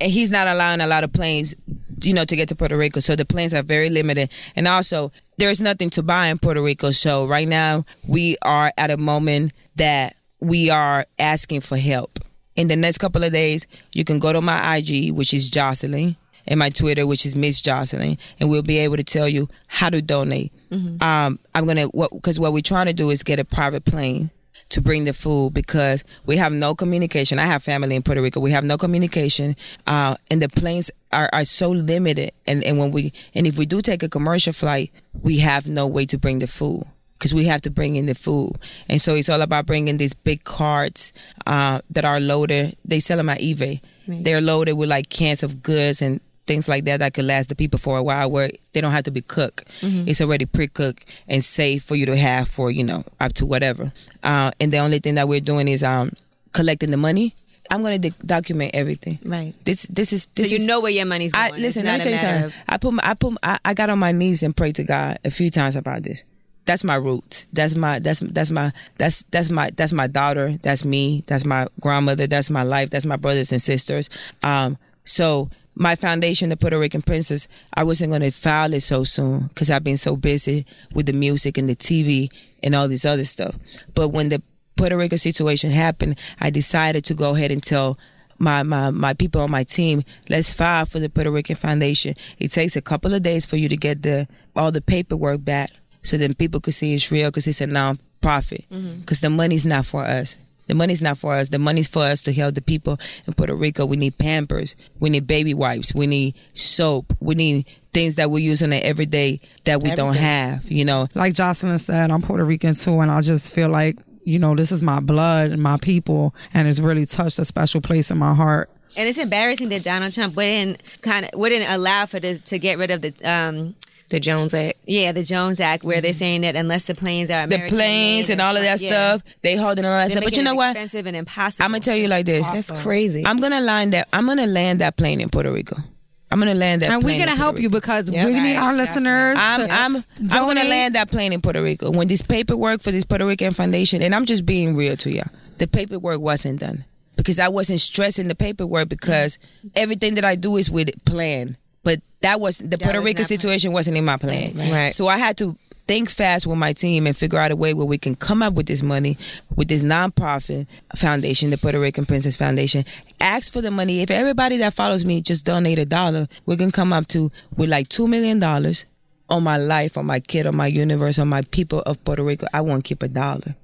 S3: and he's not allowing a lot of planes, you know, to get to Puerto Rico. So the planes are very limited. And also, there's nothing to buy in Puerto Rico. So right now, we are at a moment that we are asking for help. In the next couple of days, you can go to my IG, which is Jocelyn, and my Twitter, which is Miss Jocelyn, and we'll be able to tell you how to donate. Um, I'm gonna what because what we're trying to do is get a private plane to bring the food because we have no communication. I have family in Puerto Rico. We have no communication, uh, and the planes are, are so limited. And and when we and if we do take a commercial flight, we have no way to bring the food because we have to bring in the food. And so it's all about bringing these big carts uh, that are loaded. They sell them at eBay. They're loaded with like cans of goods and things like that that could last the people for a while where they don't have to be cooked
S1: Mm-hmm.
S3: it's already pre-cooked and safe for you to have for you know up to whatever uh, and the only thing that we're doing is um collecting the money i'm going to document everything
S1: Right.
S3: this this is this
S1: So you
S3: is,
S1: know where your money's
S3: I
S1: going. It's
S3: listen. Let me
S1: not
S3: tell
S1: a
S3: you
S1: matter
S3: something.
S1: of-
S3: I put my, I put my, I, I got on my knees and prayed to God a few times about this. That's my roots. That's my that's that's my that's that's my that's my daughter. That's me. That's my grandmother. That's my life. That's my brothers and sisters. Um, so my foundation, the Puerto Rican Princess, I wasn't gonna file it so soon because I've been so busy with the music and the TV and all this other stuff. But when the Puerto Rico situation happened, I decided to go ahead and tell my, my, my people on my team, let's file for the Puerto Rican Foundation. It takes a couple of days for you to get the all the paperwork back so then people could see it's real because it's a non-profit.
S1: Mm-hmm.
S3: Because the money's not for us. The money's not for us. The money's for us to help the people in Puerto Rico. We need Pampers. We need baby wipes. We need soap. We need things that we use on an everyday that we don't have, you know.
S2: like Jocelyn said, I'm Puerto Rican too, and I just feel like you know this is my blood and my people, and it's really touched a special place in my heart.
S1: And it's embarrassing that Donald Trump wouldn't kind of wouldn't allow for this to get rid of the um
S4: The Jones Act.
S1: yeah the Jones Act where they're saying that unless the planes are
S3: Mm-hmm. The
S1: American
S3: planes
S1: made
S3: and all of that
S1: yeah,
S3: stuff. They holding all that
S1: they're
S3: stuff. But
S1: making it
S3: you know what?
S1: expensive and impossible.
S3: I'm gonna tell you like this.
S4: That's crazy.
S3: I'm gonna land that. I'm gonna land that plane in Puerto Rico. I'm gonna land that.
S2: And
S3: plane
S2: we're
S3: in
S2: gonna
S3: Puerto
S2: help
S3: Rico.
S2: you because we need our listeners.
S3: I'm
S2: to-
S3: I'm I'm gonna
S2: donate.
S3: land that plane in Puerto Rico when this paperwork for this Puerto Rican foundation. And I'm just being real to you. The paperwork wasn't done because I wasn't stressing the paperwork because everything that I do is with plan. But that was the Puerto
S1: was
S3: Rico
S1: not planned.
S3: situation wasn't in my plan.
S4: Right.
S3: So I had to think fast with my team and figure out a way where we can come up with this money with this nonprofit foundation, the Puerto Rican Princess Foundation. Ask for the money. If everybody that follows me just donate a dollar, we can come up to with like two million dollars on my life, on my kid, on my universe, on my people of Puerto Rico. I won't keep a dollar.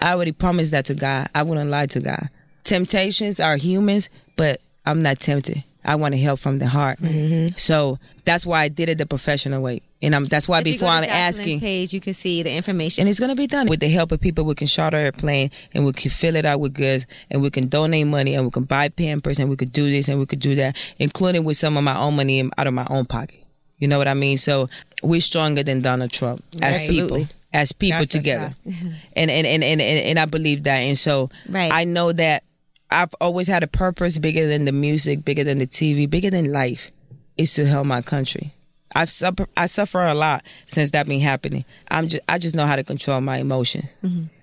S3: I already promised that to God. I wouldn't lie to God. Temptations are humans, but I'm not tempted. I want to help from the heart.
S1: Mm-hmm.
S3: So that's why I did it the professional way. And I'm, that's why
S1: If you
S3: before
S1: go to
S3: I'm
S1: Jocelyn's
S3: asking,
S1: page, you can see the information.
S3: and it's going to be done with the help of people. We can charter a plane and we can fill it out with goods and we can donate money and we can buy Pampers and we could do this and we could do that, including with some of my own money in- out of my own pocket. You know what I mean? So we're stronger than Donald Trump as people, as people together. And, and, and, and, and, and I believe that. And so
S1: Right.
S3: I know that I've always had a purpose bigger than the music, bigger than the TV, bigger than life is to help my country. I've suffer, I suffer a lot since that been happening. I'm just I just know how to control my emotion,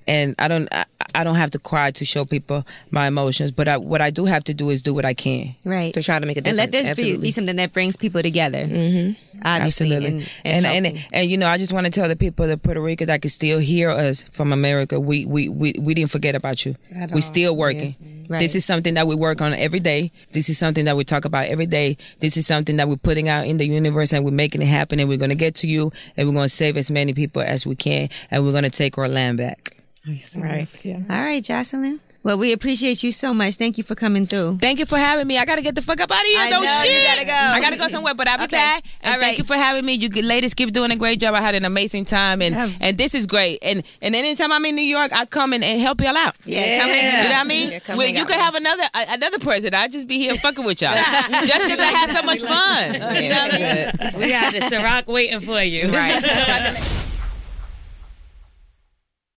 S3: and I don't I, I don't have to cry to show people my emotions. But I, what I do have to do is do what I can.
S1: right.
S4: To try to make a
S1: and
S4: difference.
S1: let this be,
S4: Absolutely.
S1: be something that brings people together. Mm-hmm. Obviously,
S3: Absolutely,
S1: and and,
S3: and and,
S1: helping.
S3: and you know I just want to tell the people of Puerto Rico that can still hear us from America. We we we, we didn't forget about you.
S5: At
S3: We're
S5: all.
S3: still working.
S1: Right.
S3: This is something that we work on every day. This is something that we talk about every day. This is something that we're putting out in the universe and we're making it happen. And we're going to get to you and we're going to save as many people as we can. And we're going to take our land back.
S1: all right, Jocelyn. Well, we appreciate you so much. Thank you for coming through.
S3: Thank you for having me. I gotta get the fuck up out of here.
S1: I
S3: though.
S1: know, you
S3: Shit.
S1: gotta go.
S3: I gotta go somewhere, but I'll be
S1: Okay.
S3: back. And
S1: All right.
S3: thank you for having me. You g- ladies keep doing a great job. I had an amazing time, and and this is great. And and anytime I'm in New York, I come and, and help y'all out.
S1: Yeah, come hang out.
S3: You know what I mean?
S4: Yeah, come
S3: Well,
S4: hang
S3: you
S4: out.
S3: could have another a- another person. I just be here fucking with y'all, just because I had so much fun. You know what I mean?
S5: We had a Ciroc waiting for you.
S2: Right.